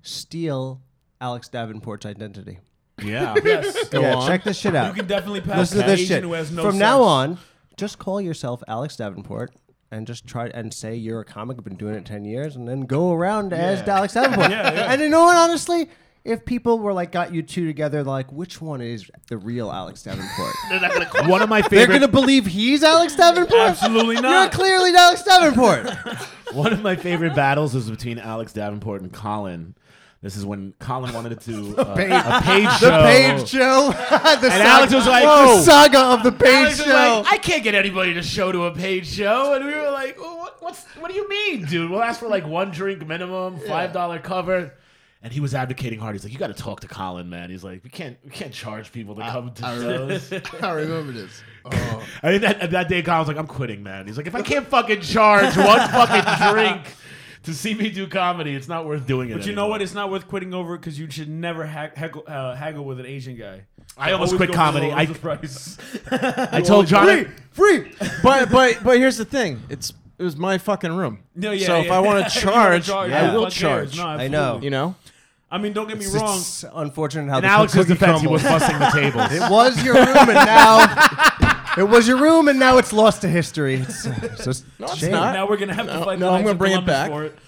[SPEAKER 2] steal Alex Davenport's identity.
[SPEAKER 8] (laughs)
[SPEAKER 1] Yeah.
[SPEAKER 4] Yes.
[SPEAKER 7] Go
[SPEAKER 2] yeah,
[SPEAKER 7] on.
[SPEAKER 2] check this shit
[SPEAKER 4] You
[SPEAKER 2] out.
[SPEAKER 4] can definitely pass
[SPEAKER 2] Listen to
[SPEAKER 4] that
[SPEAKER 2] this
[SPEAKER 4] Asian
[SPEAKER 2] shit.
[SPEAKER 4] who has no
[SPEAKER 2] From
[SPEAKER 4] sense.
[SPEAKER 2] now on, just call yourself Alex Davenport and just try and say you're a comic. I've been doing it ten years, and then go around as Alex
[SPEAKER 4] (laughs)
[SPEAKER 2] Davenport. And you know what? Honestly, if people were like got you two together, like which one is the real Alex
[SPEAKER 4] (laughs)
[SPEAKER 2] Davenport?
[SPEAKER 1] One of my
[SPEAKER 2] They're
[SPEAKER 1] favorite
[SPEAKER 2] gonna believe he's Alex Davenport.
[SPEAKER 8] (laughs)
[SPEAKER 4] Absolutely
[SPEAKER 2] You're
[SPEAKER 4] not.
[SPEAKER 2] clearly Alex Davenport.
[SPEAKER 4] (laughs)
[SPEAKER 1] one of my favorite battles was between Alex Davenport and Colin. This is when Colin wanted to do uh,
[SPEAKER 8] page-
[SPEAKER 1] a page show.
[SPEAKER 8] The page
[SPEAKER 2] (laughs)
[SPEAKER 8] show. the
[SPEAKER 1] And Alex was like,
[SPEAKER 8] the
[SPEAKER 1] "Whoa!"
[SPEAKER 8] saga of the page
[SPEAKER 1] Alex was
[SPEAKER 8] show.
[SPEAKER 1] like, I can't get anybody to show to a paid show, and we were like, "Well, what, "What's? What do you mean, dude? We'll ask for like one drink minimum, five dollar cover." And he was advocating hard. He's like, "You got to talk to Colin, man." He's like, "We can't, we can't charge people to come to shows." (laughs)
[SPEAKER 8] I remember this. Oh.
[SPEAKER 1] I mean, that, that day, Colin's like, "I'm quitting, man." He's like, "If I can't fucking charge (laughs) one fucking drink to see me do comedy, it's not worth doing it."
[SPEAKER 4] But you know what? It's not worth quitting over because you should never ha- heckle, uh, haggle with an Asian guy.
[SPEAKER 1] I almost
[SPEAKER 4] Always
[SPEAKER 1] quit
[SPEAKER 4] go
[SPEAKER 1] comedy.
[SPEAKER 4] below
[SPEAKER 1] I,
[SPEAKER 4] the price. (laughs)
[SPEAKER 1] I
[SPEAKER 4] Oh,
[SPEAKER 1] told John.
[SPEAKER 8] Free.
[SPEAKER 7] but but but here's the thing. It's it was my fucking room.
[SPEAKER 4] No, yeah,
[SPEAKER 7] so if
[SPEAKER 4] yeah.
[SPEAKER 7] I want
[SPEAKER 4] If (laughs)
[SPEAKER 7] to
[SPEAKER 4] you wanna
[SPEAKER 7] charge,
[SPEAKER 4] yeah,
[SPEAKER 7] I will
[SPEAKER 4] fuck cares.
[SPEAKER 7] charge.
[SPEAKER 4] No,
[SPEAKER 2] I know.
[SPEAKER 7] You know.
[SPEAKER 4] I mean, don't get me
[SPEAKER 2] It's-
[SPEAKER 4] wrong.
[SPEAKER 2] It's unfortunate how
[SPEAKER 1] In
[SPEAKER 2] the
[SPEAKER 1] Alex's
[SPEAKER 2] cookie
[SPEAKER 1] defense, he was
[SPEAKER 2] crumbles.
[SPEAKER 1] fussing (laughs) the tables.
[SPEAKER 2] It was your room, and now it was your room, and now it's lost to history. It's, uh, it's just
[SPEAKER 7] No, it's
[SPEAKER 2] shame.
[SPEAKER 7] not.
[SPEAKER 4] Now we're gonna have to
[SPEAKER 7] No,
[SPEAKER 4] fight.
[SPEAKER 7] no,
[SPEAKER 4] the Knights
[SPEAKER 7] I'm gonna
[SPEAKER 4] of
[SPEAKER 7] bring it
[SPEAKER 4] Columbus
[SPEAKER 7] back.
[SPEAKER 4] For it.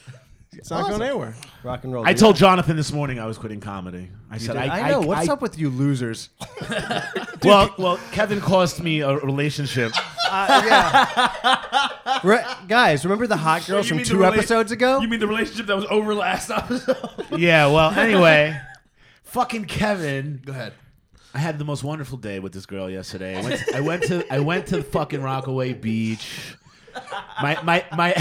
[SPEAKER 7] It's not going anywhere.
[SPEAKER 2] Rock and roll.
[SPEAKER 1] I
[SPEAKER 2] dude.
[SPEAKER 1] told Jonathan this morning I was quitting comedy. I
[SPEAKER 2] You
[SPEAKER 1] said,
[SPEAKER 2] did.
[SPEAKER 1] I,
[SPEAKER 2] I know. What's
[SPEAKER 1] I-
[SPEAKER 2] up with you losers?
[SPEAKER 1] Well, well, Kevin cost me a relationship.
[SPEAKER 2] Re- guys, remember the hot girls
[SPEAKER 4] you
[SPEAKER 2] from
[SPEAKER 4] mean
[SPEAKER 2] two
[SPEAKER 4] the rela-
[SPEAKER 2] episodes ago?
[SPEAKER 4] You mean the relationship that was over last (laughs) episode?
[SPEAKER 1] yeah. Well, anyway, (laughs) fucking Kevin.
[SPEAKER 8] Go ahead.
[SPEAKER 1] I had the most wonderful day with this girl yesterday. I went to I went to, I went to fucking Rockaway Beach. My my my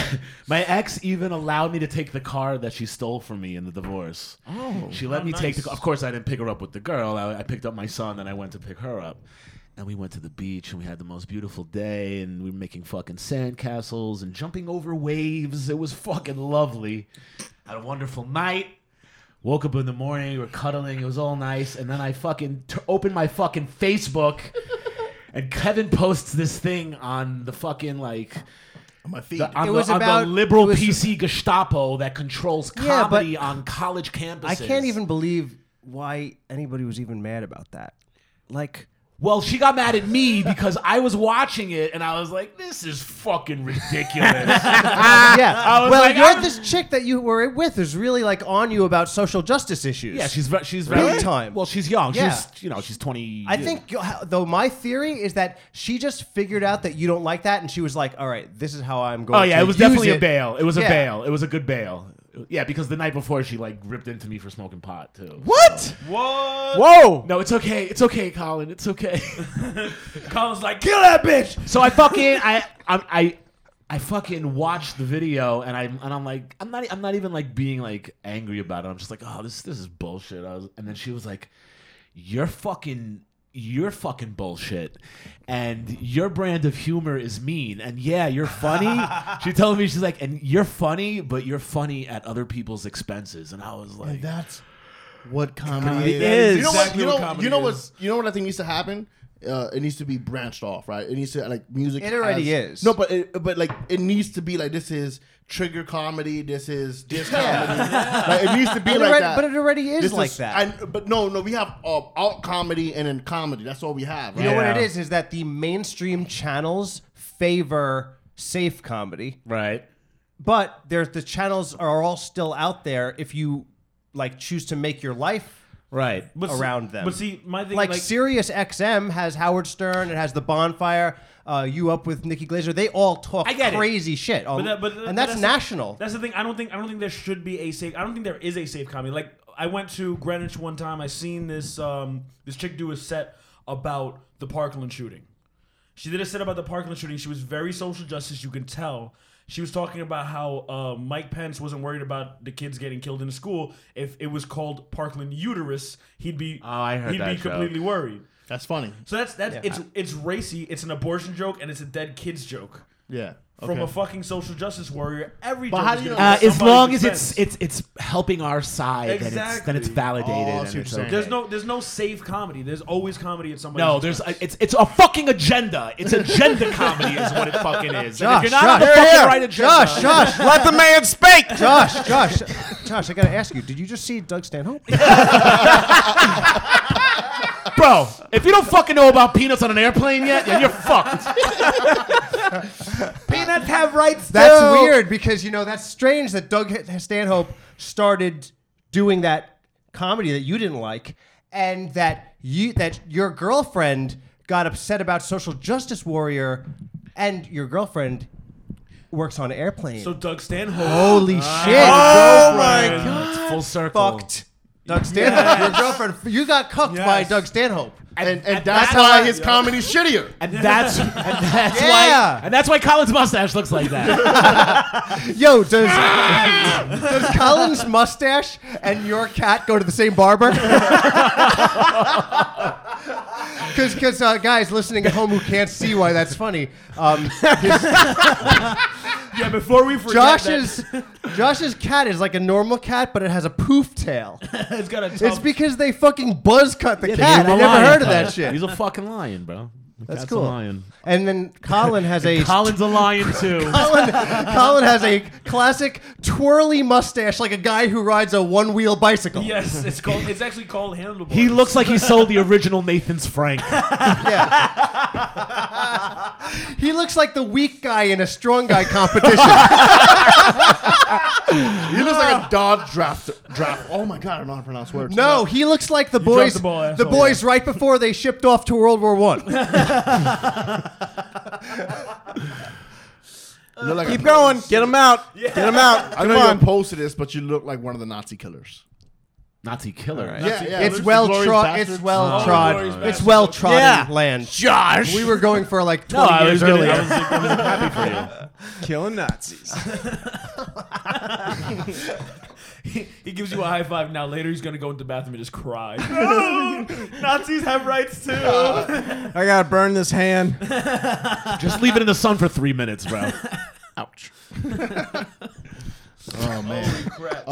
[SPEAKER 1] my ex even allowed me to take the car that she stole from me in the divorce. Oh, she let me take the. ca- Of course, I didn't pick her up with the girl. I, I picked up my son, and I went to pick her up. And we went to the beach, and we had the most beautiful day, and we were making fucking sandcastles and jumping over waves. It was fucking lovely. Had a wonderful night. Woke up in the morning, we were cuddling, it was all nice, and then I fucking t- opened my fucking Facebook, and Kevin posts this thing on the fucking like
[SPEAKER 8] My feet.
[SPEAKER 1] the, on,
[SPEAKER 2] It was
[SPEAKER 1] the, on the
[SPEAKER 2] about-
[SPEAKER 1] liberal
[SPEAKER 2] it was-
[SPEAKER 1] PC Gestapo that controls
[SPEAKER 2] Yeah, but-
[SPEAKER 1] comedy on college campuses.
[SPEAKER 2] I can't even believe why anybody was even mad about that.
[SPEAKER 4] (laughs)
[SPEAKER 2] Like,
[SPEAKER 1] Well, she got mad at me because I was watching it and I was like, "This is fucking ridiculous."
[SPEAKER 2] (laughs) yeah.
[SPEAKER 1] was
[SPEAKER 2] Well,
[SPEAKER 1] like,
[SPEAKER 2] you're
[SPEAKER 1] I'm-
[SPEAKER 2] this chick that you were with is really like on you about social justice issues.
[SPEAKER 1] yeah, she's ve- she's
[SPEAKER 2] Big
[SPEAKER 1] very
[SPEAKER 2] time.
[SPEAKER 1] Well, she's young.
[SPEAKER 2] Yeah.
[SPEAKER 1] She's you know she's twenty.
[SPEAKER 2] I think, you- how- though, my theory is that she just figured out that you don't like that, and she was like, "All right, this is how I'm going."
[SPEAKER 1] Oh yeah,
[SPEAKER 2] to
[SPEAKER 1] it was
[SPEAKER 2] use
[SPEAKER 1] definitely a
[SPEAKER 2] it."
[SPEAKER 1] bail. It was
[SPEAKER 2] Yeah.
[SPEAKER 1] a bail. It was a good bail. Yeah, because the night before she like ripped into me for smoking pot too.
[SPEAKER 2] What?
[SPEAKER 4] what?
[SPEAKER 2] Whoa!
[SPEAKER 1] No, it's okay. It's okay, Colin. It's okay. (laughs)
[SPEAKER 4] Colin's like, kill that bitch.
[SPEAKER 1] so I fucking I I'm, I I fucking watched the video and I am and I'm like I'm not I'm not even like being like angry about it. I'm just like oh this this is bullshit. I was, and then she was like, "You're fucking." You're fucking bullshit, and your brand of humor is mean. And yeah, you're funny. she told me she's like, and you're funny, but you're funny at other people's expenses. And I was like,
[SPEAKER 8] That's what comedy is.
[SPEAKER 7] is
[SPEAKER 8] You know
[SPEAKER 4] exactly
[SPEAKER 8] what? You
[SPEAKER 4] what
[SPEAKER 8] know,
[SPEAKER 4] comedy
[SPEAKER 8] you know
[SPEAKER 4] is.
[SPEAKER 8] what's? You know what I think needs to happen. Uh, it needs to be branched off, right? It needs to like music.
[SPEAKER 2] It already
[SPEAKER 8] has-
[SPEAKER 2] is.
[SPEAKER 8] No, but it, but like it needs to be like this is trigger comedy. This is this comedy. Like, it needs to be
[SPEAKER 2] It
[SPEAKER 8] like
[SPEAKER 2] already-
[SPEAKER 8] that.
[SPEAKER 2] but it already is
[SPEAKER 8] This
[SPEAKER 2] like that.
[SPEAKER 8] I, but no, no, we have uh, alt comedy and then comedy. That's all we have. Right?
[SPEAKER 2] You know what
[SPEAKER 1] Yeah.
[SPEAKER 2] it is? Is that the mainstream channels favor safe comedy,
[SPEAKER 1] right.
[SPEAKER 2] but there's the channels are all still out there if you like choose to make your life
[SPEAKER 1] Right.
[SPEAKER 4] But see-
[SPEAKER 2] around them.
[SPEAKER 4] But see, my thing,
[SPEAKER 2] like,
[SPEAKER 4] like
[SPEAKER 2] Sirius XM has Howard Stern, it has The Bonfire, uh, You Up with Nikki Glazer. They all talk
[SPEAKER 4] I get it.
[SPEAKER 2] crazy shit, on,
[SPEAKER 4] But that- but
[SPEAKER 2] and that's,
[SPEAKER 4] that's the-
[SPEAKER 2] national.
[SPEAKER 4] That's the thing. I don't think I don't think there should be a safe. I don't think there is a safe comedy. Like I went to Greenwich one time. I seen this um this chick do a set about the Parkland shooting. She did a set about the Parkland shooting. She was very social justice. You can tell. She was talking about how uh, Mike Pence wasn't worried about the kids getting killed in school. If it was called Parkland uterus, he'd be
[SPEAKER 1] Oh, I heard
[SPEAKER 4] he'd
[SPEAKER 1] that
[SPEAKER 4] be
[SPEAKER 1] joke.
[SPEAKER 4] completely worried.
[SPEAKER 8] That's funny.
[SPEAKER 4] So that's that's it's it's racy. It's an abortion joke and it's a dead kids joke
[SPEAKER 8] Yeah.
[SPEAKER 4] from
[SPEAKER 8] okay.
[SPEAKER 4] a fucking social justice warrior. Every
[SPEAKER 8] But
[SPEAKER 4] joke
[SPEAKER 8] how
[SPEAKER 4] is
[SPEAKER 8] do you
[SPEAKER 4] gonna
[SPEAKER 8] know-
[SPEAKER 1] Uh,
[SPEAKER 4] be
[SPEAKER 1] as
[SPEAKER 4] somebody's
[SPEAKER 1] long as
[SPEAKER 4] defense.
[SPEAKER 1] it's it's it's helping our side, then it's then it's
[SPEAKER 4] Exactly.
[SPEAKER 1] validated.
[SPEAKER 8] Oh, I see
[SPEAKER 1] and
[SPEAKER 8] what you're
[SPEAKER 1] it's
[SPEAKER 8] saying.
[SPEAKER 1] okay.
[SPEAKER 4] there's no there's no safe comedy. There's always comedy at somebody's
[SPEAKER 1] no, there's
[SPEAKER 4] expense.
[SPEAKER 1] a, it's it's a fucking agenda. It's agenda comedy is what it fucking is. And if you're not on the
[SPEAKER 2] Josh,
[SPEAKER 1] fucking
[SPEAKER 7] here.
[SPEAKER 1] right agenda,
[SPEAKER 2] Josh, Josh,
[SPEAKER 7] Let the man speak.
[SPEAKER 2] Josh, Josh, Josh, I gotta ask you, did you just see Doug Stanhope?
[SPEAKER 1] bro, if you don't fucking know about peanuts on an airplane yet, then you're fucked.
[SPEAKER 2] Peanuts have rights. That's weird because you know that's strange that Doug H- Stanhope started doing that comedy that you didn't like, and that you that your girlfriend got upset about social justice warrior, and your girlfriend works on airplanes.
[SPEAKER 4] So Doug Stanhope.
[SPEAKER 2] Holy shit!
[SPEAKER 7] Oh my
[SPEAKER 4] girlfriend.
[SPEAKER 7] god.
[SPEAKER 1] It's full circle.
[SPEAKER 2] Fucked. Doug Stanhope, your girlfriend, you got cucked by
[SPEAKER 4] Yes.
[SPEAKER 2] Doug Stanhope.
[SPEAKER 8] and, and that's why his comedy's shittier.
[SPEAKER 1] And that's and that's
[SPEAKER 2] Yeah.
[SPEAKER 1] why and that's why Colin's mustache looks like that.
[SPEAKER 2] Yo, does does Colin's mustache and your cat go to the same barber? (laughs) Because, because uh, guys listening at home who can't see why that's funny, um,
[SPEAKER 4] Yeah, before we forget that,
[SPEAKER 2] Josh's Josh's cat is like a normal cat, but it has a poof tail.
[SPEAKER 4] it's got a tough.
[SPEAKER 2] It's because they fucking buzz cut the
[SPEAKER 1] Give
[SPEAKER 2] cat.
[SPEAKER 1] him a
[SPEAKER 2] I never
[SPEAKER 1] lion
[SPEAKER 2] heard of
[SPEAKER 1] cut.
[SPEAKER 2] that shit.
[SPEAKER 1] He's a fucking lion, bro. That's
[SPEAKER 2] cool.
[SPEAKER 1] A lion.
[SPEAKER 2] And then Colin has a
[SPEAKER 1] Colin's a lion too.
[SPEAKER 2] Colin, Colin has a classic twirly mustache, like a guy who rides a one wheel bicycle.
[SPEAKER 4] yes, it's called. It's actually called handlebar.
[SPEAKER 1] he looks like he sold the original Nathan's Frank.
[SPEAKER 2] Yeah. he looks like the weak guy in a strong guy (laughs) competition.
[SPEAKER 8] He looks like a
[SPEAKER 7] (laughs)
[SPEAKER 8] Dodge draft. Draft. Oh my god, I don't know how to pronounce words.
[SPEAKER 2] no, he looks like the boys
[SPEAKER 4] the ball, asshole.
[SPEAKER 2] boys right before they shipped off to World War One.
[SPEAKER 8] You look like
[SPEAKER 7] Keep
[SPEAKER 8] a-
[SPEAKER 7] going. Get him out. Get him out.
[SPEAKER 8] I
[SPEAKER 7] Come
[SPEAKER 8] know you're
[SPEAKER 7] on.
[SPEAKER 8] opposed to this, but you look like one of the Nazi killers.
[SPEAKER 1] (laughs) Nazi killer.
[SPEAKER 7] right.
[SPEAKER 8] Yeah, yeah.
[SPEAKER 2] it's well
[SPEAKER 8] Glorious
[SPEAKER 2] trod
[SPEAKER 8] Bastards.
[SPEAKER 2] it's well
[SPEAKER 4] Oh,
[SPEAKER 2] trod.
[SPEAKER 4] Glorious
[SPEAKER 2] It's
[SPEAKER 4] Bastards.
[SPEAKER 2] well trodden
[SPEAKER 7] Yeah.
[SPEAKER 2] land.
[SPEAKER 7] Josh.
[SPEAKER 2] We were going for like
[SPEAKER 1] No,
[SPEAKER 2] twenty
[SPEAKER 1] I
[SPEAKER 2] years
[SPEAKER 1] was really I
[SPEAKER 2] earlier.
[SPEAKER 1] was, (laughs) like, I was happy for you.
[SPEAKER 7] killing Nazis.
[SPEAKER 4] he, he gives you a high five. Now later he's gonna go into the bathroom and
[SPEAKER 1] (laughs)
[SPEAKER 4] just cry. No, Nazis have rights too.
[SPEAKER 7] I gotta burn this hand.
[SPEAKER 1] Just leave it in the sun for three minutes, bro.
[SPEAKER 7] Ouch.
[SPEAKER 8] Oh man.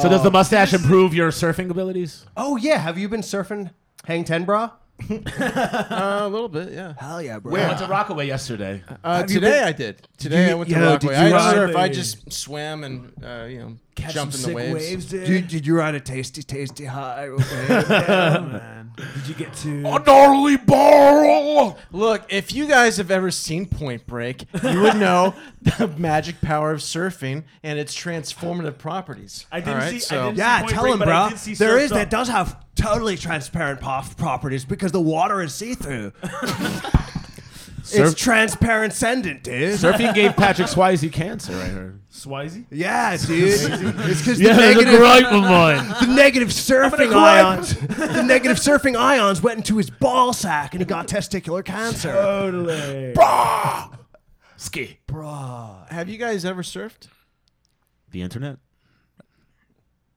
[SPEAKER 1] So does the mustache improve your surfing abilities?
[SPEAKER 2] Oh yeah, have you been surfing Hang Ten Bra?
[SPEAKER 7] Uh, a little bit, yeah.
[SPEAKER 2] Hell yeah, bro.
[SPEAKER 1] I went to Rockaway yesterday.
[SPEAKER 7] Uh, today I did. Today I went to
[SPEAKER 2] yeah,
[SPEAKER 7] Rockaway.
[SPEAKER 2] did
[SPEAKER 7] I
[SPEAKER 2] you
[SPEAKER 7] didn't
[SPEAKER 4] ride
[SPEAKER 7] surf. I
[SPEAKER 4] the-
[SPEAKER 7] just swam and uh, you know
[SPEAKER 4] Catch
[SPEAKER 7] jumped in
[SPEAKER 4] some
[SPEAKER 7] the
[SPEAKER 4] sick
[SPEAKER 7] waves.
[SPEAKER 4] dude.
[SPEAKER 2] Dude, did you ride a tasty, tasty high?
[SPEAKER 4] Yeah, man. Did you get to?
[SPEAKER 1] Oh. gnarly barrel.
[SPEAKER 7] Look, if you guys have ever seen Point Break, you would know (laughs) the magic power of surfing and its transformative properties.
[SPEAKER 4] I didn't
[SPEAKER 7] All
[SPEAKER 4] see- I
[SPEAKER 7] So
[SPEAKER 4] didn't-
[SPEAKER 2] Yeah,
[SPEAKER 4] Point
[SPEAKER 2] tell
[SPEAKER 4] Break,
[SPEAKER 2] him,
[SPEAKER 4] but I
[SPEAKER 2] bro.
[SPEAKER 4] did see
[SPEAKER 2] There
[SPEAKER 4] Surf's
[SPEAKER 2] is that
[SPEAKER 4] Up.
[SPEAKER 2] does have totally transparent pof- properties because the water is see through.
[SPEAKER 4] (laughs)
[SPEAKER 2] it's transparent sendant, dude.
[SPEAKER 1] Surfing gave Patrick Swayze cancer. I heard.
[SPEAKER 4] Swazi?
[SPEAKER 2] Yeah, dude. it's
[SPEAKER 4] (laughs)
[SPEAKER 2] because
[SPEAKER 5] Yeah,
[SPEAKER 2] the,
[SPEAKER 5] that's a
[SPEAKER 2] negative,
[SPEAKER 5] gripe of mine.
[SPEAKER 2] the negative surfing
[SPEAKER 4] gripe.
[SPEAKER 2] ions, the negative surfing ions went into his ball sack and he got testicular cancer.
[SPEAKER 4] Totally.
[SPEAKER 1] Ski.
[SPEAKER 7] have you guys ever surfed?
[SPEAKER 1] The internet.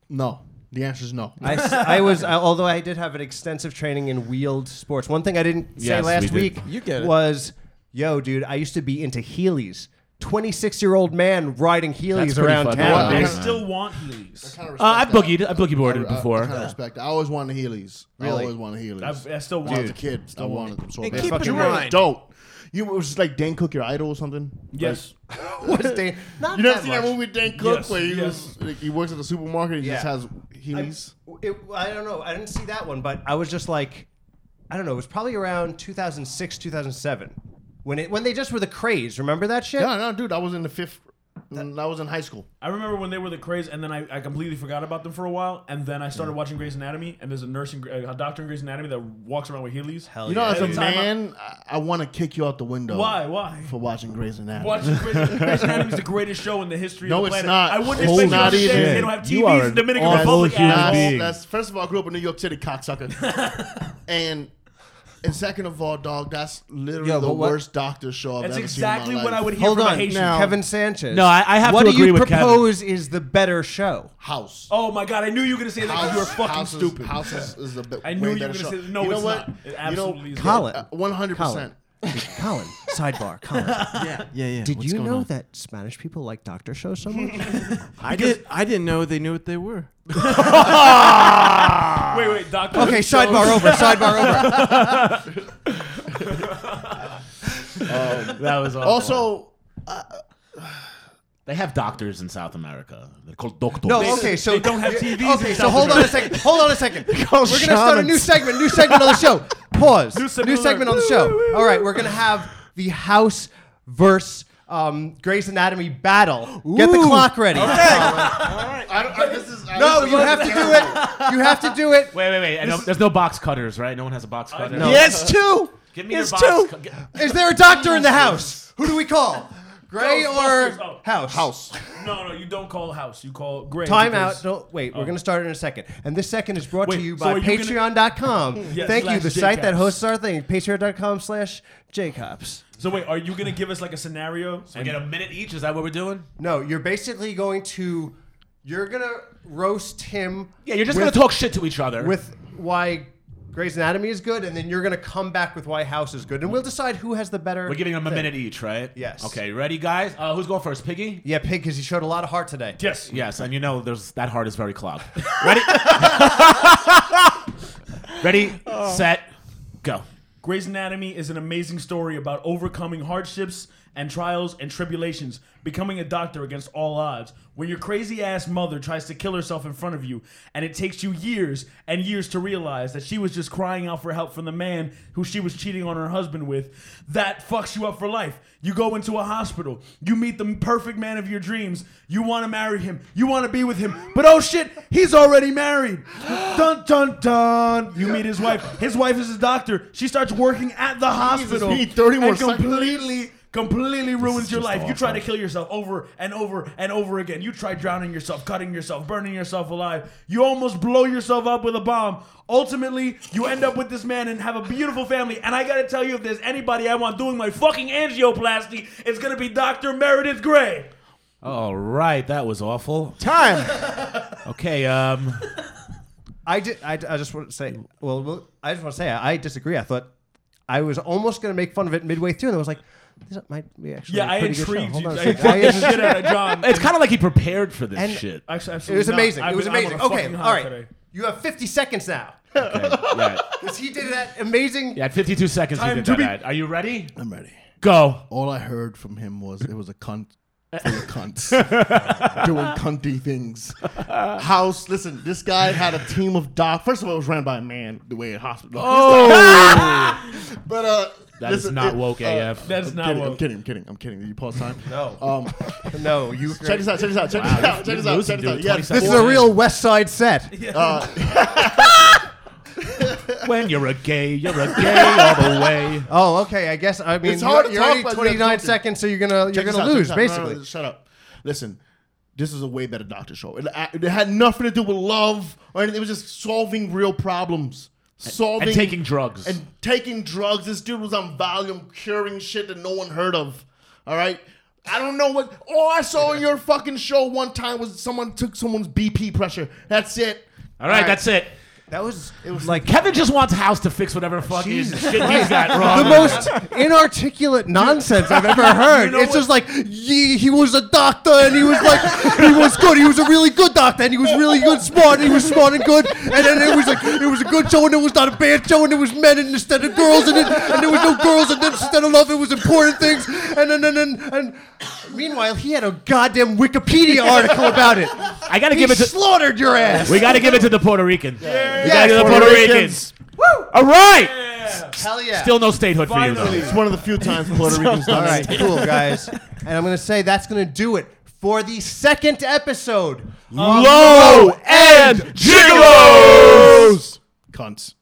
[SPEAKER 8] No. The answer is no.
[SPEAKER 2] I, s- I was, I, although I did have an extensive training in wheeled sports. One thing I didn't say
[SPEAKER 1] Yes, we
[SPEAKER 2] last
[SPEAKER 1] did.
[SPEAKER 2] week
[SPEAKER 7] You get it.
[SPEAKER 2] was, yo, dude, I used to be into Heelys. 26 year old man riding Heelys
[SPEAKER 1] That's pretty
[SPEAKER 2] around
[SPEAKER 1] fucking
[SPEAKER 2] town.
[SPEAKER 8] wild.
[SPEAKER 2] dude.
[SPEAKER 4] I
[SPEAKER 8] Yeah.
[SPEAKER 4] still want Heelys.
[SPEAKER 8] Kinda
[SPEAKER 1] Uh, I
[SPEAKER 8] respect that.
[SPEAKER 1] boogied. I boogie boarded
[SPEAKER 8] I- I-
[SPEAKER 1] before.
[SPEAKER 8] I, kinda respect that. I always wanted Heelys.
[SPEAKER 2] Really?
[SPEAKER 8] I always wanted Heelys.
[SPEAKER 4] I, I still
[SPEAKER 8] when I was
[SPEAKER 4] want.
[SPEAKER 8] a kid, I wanted them so
[SPEAKER 7] And
[SPEAKER 8] bad.
[SPEAKER 7] keep
[SPEAKER 8] Fucking
[SPEAKER 7] in
[SPEAKER 8] really
[SPEAKER 7] mind-
[SPEAKER 8] dope. You it was like Dan Cook, your idol or something.
[SPEAKER 4] Yes.
[SPEAKER 2] What's Dan? (laughs) Not
[SPEAKER 8] You never
[SPEAKER 2] that
[SPEAKER 8] seen that
[SPEAKER 2] much.
[SPEAKER 8] movie with Dan Cook
[SPEAKER 4] Yes,
[SPEAKER 8] where he,
[SPEAKER 4] yes.
[SPEAKER 8] was, like, he works at the supermarket and he
[SPEAKER 2] Yeah.
[SPEAKER 8] just has
[SPEAKER 2] I,
[SPEAKER 8] Heelys?
[SPEAKER 2] it, I don't know. I didn't see that one, but I was just like, I don't know. It was probably around 2006, 2007 when it when they just were the craze. Remember that shit?
[SPEAKER 8] No, no, dude, I was in the fifth. I was in high school.
[SPEAKER 4] I remember when they were the craze, and then I, I completely forgot about them for a while, and then I started watching Grey's Anatomy, and there's a nurse in, Grey- a doctor in Grey's Anatomy that walks around with Heelys. Hell
[SPEAKER 8] You know, as a
[SPEAKER 4] Every time Oh, I-
[SPEAKER 8] man, I, I want to kick you out the window.
[SPEAKER 4] Why? Why?
[SPEAKER 8] For watching Grey's
[SPEAKER 4] (laughs)
[SPEAKER 8] Anatomy.
[SPEAKER 4] Watching Grey's, Grey's Anatomy is the greatest show in the history
[SPEAKER 8] No,
[SPEAKER 4] of the
[SPEAKER 8] it's
[SPEAKER 4] planet.
[SPEAKER 8] not.
[SPEAKER 4] I wouldn't
[SPEAKER 8] It's
[SPEAKER 4] expect
[SPEAKER 8] not
[SPEAKER 4] you to say
[SPEAKER 8] even.
[SPEAKER 4] they don't have
[SPEAKER 5] You
[SPEAKER 4] TVs
[SPEAKER 5] are
[SPEAKER 4] in the Dominican
[SPEAKER 5] an
[SPEAKER 4] Republic.
[SPEAKER 5] awful human
[SPEAKER 4] asshole.
[SPEAKER 5] being.
[SPEAKER 8] That's, that's- first of all, I grew up in New York
[SPEAKER 4] (laughs)
[SPEAKER 8] City, cocksucker. and and second of all, dog, that's literally
[SPEAKER 7] Yo,
[SPEAKER 8] the
[SPEAKER 7] but what-
[SPEAKER 8] worst doctor show I've
[SPEAKER 4] That's
[SPEAKER 8] ever
[SPEAKER 4] exactly
[SPEAKER 8] seen in my
[SPEAKER 4] what
[SPEAKER 8] life.
[SPEAKER 4] I would hear
[SPEAKER 2] Hold
[SPEAKER 4] from a
[SPEAKER 2] on,
[SPEAKER 4] Haitian.
[SPEAKER 2] Kevin Sanchez.
[SPEAKER 1] No, I- I have
[SPEAKER 2] what
[SPEAKER 1] to
[SPEAKER 2] do
[SPEAKER 1] agree
[SPEAKER 2] you
[SPEAKER 1] with Kevin.
[SPEAKER 2] propose is the better show?
[SPEAKER 8] House.
[SPEAKER 4] Oh my god, I knew you were gonna say that because you were fucking
[SPEAKER 8] House is-
[SPEAKER 4] stupid.
[SPEAKER 8] House is, is the be-
[SPEAKER 4] I knew
[SPEAKER 8] way
[SPEAKER 4] you were
[SPEAKER 8] better
[SPEAKER 4] gonna
[SPEAKER 8] show.
[SPEAKER 4] say that. No,
[SPEAKER 8] you know
[SPEAKER 4] it's
[SPEAKER 8] what?
[SPEAKER 4] not. It absolutely is.
[SPEAKER 2] Colin,
[SPEAKER 8] One hundred percent.
[SPEAKER 2] Colin, sidebar, Colin.
[SPEAKER 7] Yeah, yeah,
[SPEAKER 2] (laughs)
[SPEAKER 7] yeah.
[SPEAKER 2] Did
[SPEAKER 7] What's
[SPEAKER 2] you
[SPEAKER 7] going
[SPEAKER 2] know
[SPEAKER 7] on?
[SPEAKER 2] that Spanish people like doctor shows so much?
[SPEAKER 7] I did. I didn't know they knew what they were.
[SPEAKER 4] Wait, wait, doctor.
[SPEAKER 2] okay, sidebar over. Sidebar over.
[SPEAKER 1] That was awful.
[SPEAKER 8] Also,
[SPEAKER 1] They have doctors in South America. They're called doctors.
[SPEAKER 2] No, Oh, okay, so
[SPEAKER 4] they don't have TVs.
[SPEAKER 2] Okay,
[SPEAKER 4] in
[SPEAKER 2] so
[SPEAKER 4] South
[SPEAKER 2] hold on a
[SPEAKER 4] America.
[SPEAKER 2] second. Hold on a
[SPEAKER 8] (laughs)
[SPEAKER 2] second. We're gonna start a
[SPEAKER 7] shamans.
[SPEAKER 2] new segment. New segment on the show. Pause. New,
[SPEAKER 4] segment
[SPEAKER 2] segment on the
[SPEAKER 4] alert.
[SPEAKER 2] show. All right, we're gonna have the House versus um, Grey's Anatomy battle. Get the clock ready. (laughs)
[SPEAKER 8] I, don't- I, this is I,
[SPEAKER 2] No,
[SPEAKER 8] this
[SPEAKER 2] you have to do it. You have to do it.
[SPEAKER 1] Wait, wait, wait. I don't- there's no box cutters, right? Uh, No one has a box cutter.
[SPEAKER 2] No.
[SPEAKER 7] Yes, two.
[SPEAKER 1] Give me your
[SPEAKER 7] It's
[SPEAKER 1] box.
[SPEAKER 7] two.
[SPEAKER 1] cu- get-
[SPEAKER 2] Is there a doctor in the house? Who do we call? Gray
[SPEAKER 4] Ghostbusters.
[SPEAKER 2] or
[SPEAKER 4] Oh.
[SPEAKER 2] house? House.
[SPEAKER 4] No, no, you don't call house. You call gray.
[SPEAKER 2] Time
[SPEAKER 4] because-
[SPEAKER 2] out. Don't wait. We're going to start in a second. And this second is brought to
[SPEAKER 4] Wait,
[SPEAKER 2] you
[SPEAKER 4] so
[SPEAKER 2] by
[SPEAKER 4] are you gonna-
[SPEAKER 2] Patreon.com.
[SPEAKER 4] Yes,
[SPEAKER 2] Thank you,
[SPEAKER 4] slash
[SPEAKER 2] the site that
[SPEAKER 4] JCaps.
[SPEAKER 2] hosts our thing. Patreon.com/slash JCops.
[SPEAKER 4] So wait, are you gonna give us like a scenario?
[SPEAKER 1] I get a minute each. Is that what we're doing?
[SPEAKER 2] No, you're basically going to you're gonna roast him.
[SPEAKER 1] Yeah, you're just
[SPEAKER 2] with-
[SPEAKER 1] gonna talk shit to each other.
[SPEAKER 2] with why Grey's Anatomy is good, and then you're gonna come back with why House is good, and we'll decide who has the better.
[SPEAKER 1] we're giving them a minute each, right?
[SPEAKER 2] Yes.
[SPEAKER 1] Okay, ready, guys? Uh, who's going first, Piggy?
[SPEAKER 2] Yeah, Pig, because he showed a lot of heart today.
[SPEAKER 4] Yes.
[SPEAKER 1] Yes, and you know there's that heart is very clogged. (laughs) Ready? ready? Set? Go.
[SPEAKER 4] Grey's Anatomy is an amazing story about overcoming hardships and trials and tribulations, becoming a doctor against all odds. When your crazy ass mother tries to kill herself in front of you, and it takes you years and years to realize that she was just crying out for help from the man who she was cheating on her husband with, that fucks you up for life. You go into a hospital, you meet the perfect man of your dreams, you want to marry him, you want to be with him, but oh shit, he's already married. dun dun dun. You meet his wife. His wife is a doctor. She starts working at the hospital.
[SPEAKER 8] we need 30 more
[SPEAKER 4] and
[SPEAKER 8] seconds.
[SPEAKER 4] completely completely ruins your
[SPEAKER 1] just
[SPEAKER 4] life. You
[SPEAKER 1] awful.
[SPEAKER 4] try to kill yourself over and over and over again. You try drowning yourself, cutting yourself, burning yourself alive. You almost blow yourself up with a bomb. Ultimately, you end up with this man and have a beautiful family. And I gotta tell you, if there's anybody I want doing my fucking angioplasty, it's gonna be Dr. Meredith Gray.
[SPEAKER 1] All right, that was awful.
[SPEAKER 7] Time.
[SPEAKER 1] Okay, um,
[SPEAKER 2] (laughs) I did. I, I just want to say. Well, well I just want to say I, I disagree. I thought I was almost gonna make fun of it midway through, and I was like, this might be actually.
[SPEAKER 4] Yeah,
[SPEAKER 2] a
[SPEAKER 4] I
[SPEAKER 2] pretty good show.
[SPEAKER 4] intrigued
[SPEAKER 2] Hold
[SPEAKER 4] you.
[SPEAKER 2] on a
[SPEAKER 4] I
[SPEAKER 2] second.
[SPEAKER 4] intrigued
[SPEAKER 2] I
[SPEAKER 4] the
[SPEAKER 2] intrigued-
[SPEAKER 4] shit out of John.
[SPEAKER 1] it's kind of like he prepared for this
[SPEAKER 2] And-
[SPEAKER 1] shit.
[SPEAKER 4] Actually,
[SPEAKER 2] It
[SPEAKER 4] absolutely
[SPEAKER 2] was
[SPEAKER 4] not.
[SPEAKER 2] amazing.
[SPEAKER 4] I've
[SPEAKER 2] It was
[SPEAKER 4] been- I'm
[SPEAKER 2] amazing.
[SPEAKER 4] on a
[SPEAKER 2] Okay,
[SPEAKER 4] fucking
[SPEAKER 2] all
[SPEAKER 4] high
[SPEAKER 2] right.
[SPEAKER 4] today.
[SPEAKER 2] You have 50 seconds now.
[SPEAKER 1] (laughs) Okay, right.
[SPEAKER 2] Because he did that amazing.
[SPEAKER 1] Yeah, at 52 seconds
[SPEAKER 4] Time
[SPEAKER 1] you did
[SPEAKER 4] to
[SPEAKER 1] that.
[SPEAKER 4] be-
[SPEAKER 1] ad. Are you ready?
[SPEAKER 8] I'm ready.
[SPEAKER 1] Go.
[SPEAKER 8] All I heard from him was it was a cunt. Full of
[SPEAKER 1] (laughs)
[SPEAKER 8] cunts doing cunty things. House, listen, this guy had a team of doc. First of all, it was ran by a man the way in hospital.
[SPEAKER 1] Oh,
[SPEAKER 8] (laughs) But uh,
[SPEAKER 1] that is
[SPEAKER 8] listen,
[SPEAKER 1] not
[SPEAKER 8] it-
[SPEAKER 1] woke
[SPEAKER 8] uh,
[SPEAKER 4] (laughs)
[SPEAKER 1] AF.
[SPEAKER 4] That's
[SPEAKER 8] I'm
[SPEAKER 4] not
[SPEAKER 8] kidding,
[SPEAKER 4] what.
[SPEAKER 8] I'm kidding. I'm kidding. I'm kidding. Did you pause time?
[SPEAKER 2] No.
[SPEAKER 8] Um,
[SPEAKER 2] No, (laughs) you.
[SPEAKER 8] check this out. Check this out. Check this out. Check this out. Check this out. Yeah,
[SPEAKER 2] This is a real West Side set.
[SPEAKER 4] (laughs)
[SPEAKER 1] When you're a gay, you're a gay all the way.
[SPEAKER 2] Oh, okay. I guess I mean
[SPEAKER 8] It's
[SPEAKER 2] you-
[SPEAKER 8] hard to
[SPEAKER 2] you're
[SPEAKER 8] talk,
[SPEAKER 2] already
[SPEAKER 8] but you have
[SPEAKER 2] 29
[SPEAKER 8] to-
[SPEAKER 2] seconds, so you're gonna you're
[SPEAKER 8] Check this
[SPEAKER 2] gonna
[SPEAKER 8] out, check
[SPEAKER 2] lose
[SPEAKER 8] this out. No, no,
[SPEAKER 2] basically.
[SPEAKER 8] no, shut up. Listen, this is a way better doctor show. It, it had nothing to do with love or anything. It was just solving real problems. Solving
[SPEAKER 1] And taking drugs.
[SPEAKER 8] and taking drugs. This dude was on Valium curing shit that no one heard of. All right. I don't know what. All I saw in your fucking show one time was someone took someone's BP pressure. That's it.
[SPEAKER 1] all right, that's it.
[SPEAKER 2] That was it was like
[SPEAKER 1] Kevin just wants House to fix whatever fucking
[SPEAKER 2] Jesus
[SPEAKER 1] shit he's got wrong.
[SPEAKER 2] the (laughs) most inarticulate nonsense I've ever heard.
[SPEAKER 4] know
[SPEAKER 2] it's just like he, he was a doctor and he was like he was good. He was a really good doctor and he was really good, smart. And he was smart and good. And then it was like it was a good show and it was not a bad show and it was men and instead of girls and it, and there was no girls and then instead of love it was important things. And then and, and and meanwhile he had a goddamn Wikipedia article about it.
[SPEAKER 1] I gotta
[SPEAKER 2] He
[SPEAKER 1] give it to.
[SPEAKER 2] slaughtered your ass.
[SPEAKER 1] We gotta give it to the Puerto Rican. We
[SPEAKER 2] Yes,
[SPEAKER 1] gotta give it to the
[SPEAKER 2] Puerto
[SPEAKER 1] Puerto Ricans. Woo! All right.
[SPEAKER 2] Hell yeah.
[SPEAKER 1] Still no statehood for you.
[SPEAKER 4] Finally.
[SPEAKER 1] Though.
[SPEAKER 8] It's one of the few times (laughs) Puerto Ricans
[SPEAKER 2] All
[SPEAKER 8] done
[SPEAKER 2] right,
[SPEAKER 8] right.
[SPEAKER 2] cool, guys. And I'm going to say that's going to do it for the second episode.
[SPEAKER 1] Low and jiggles.
[SPEAKER 8] Cunts.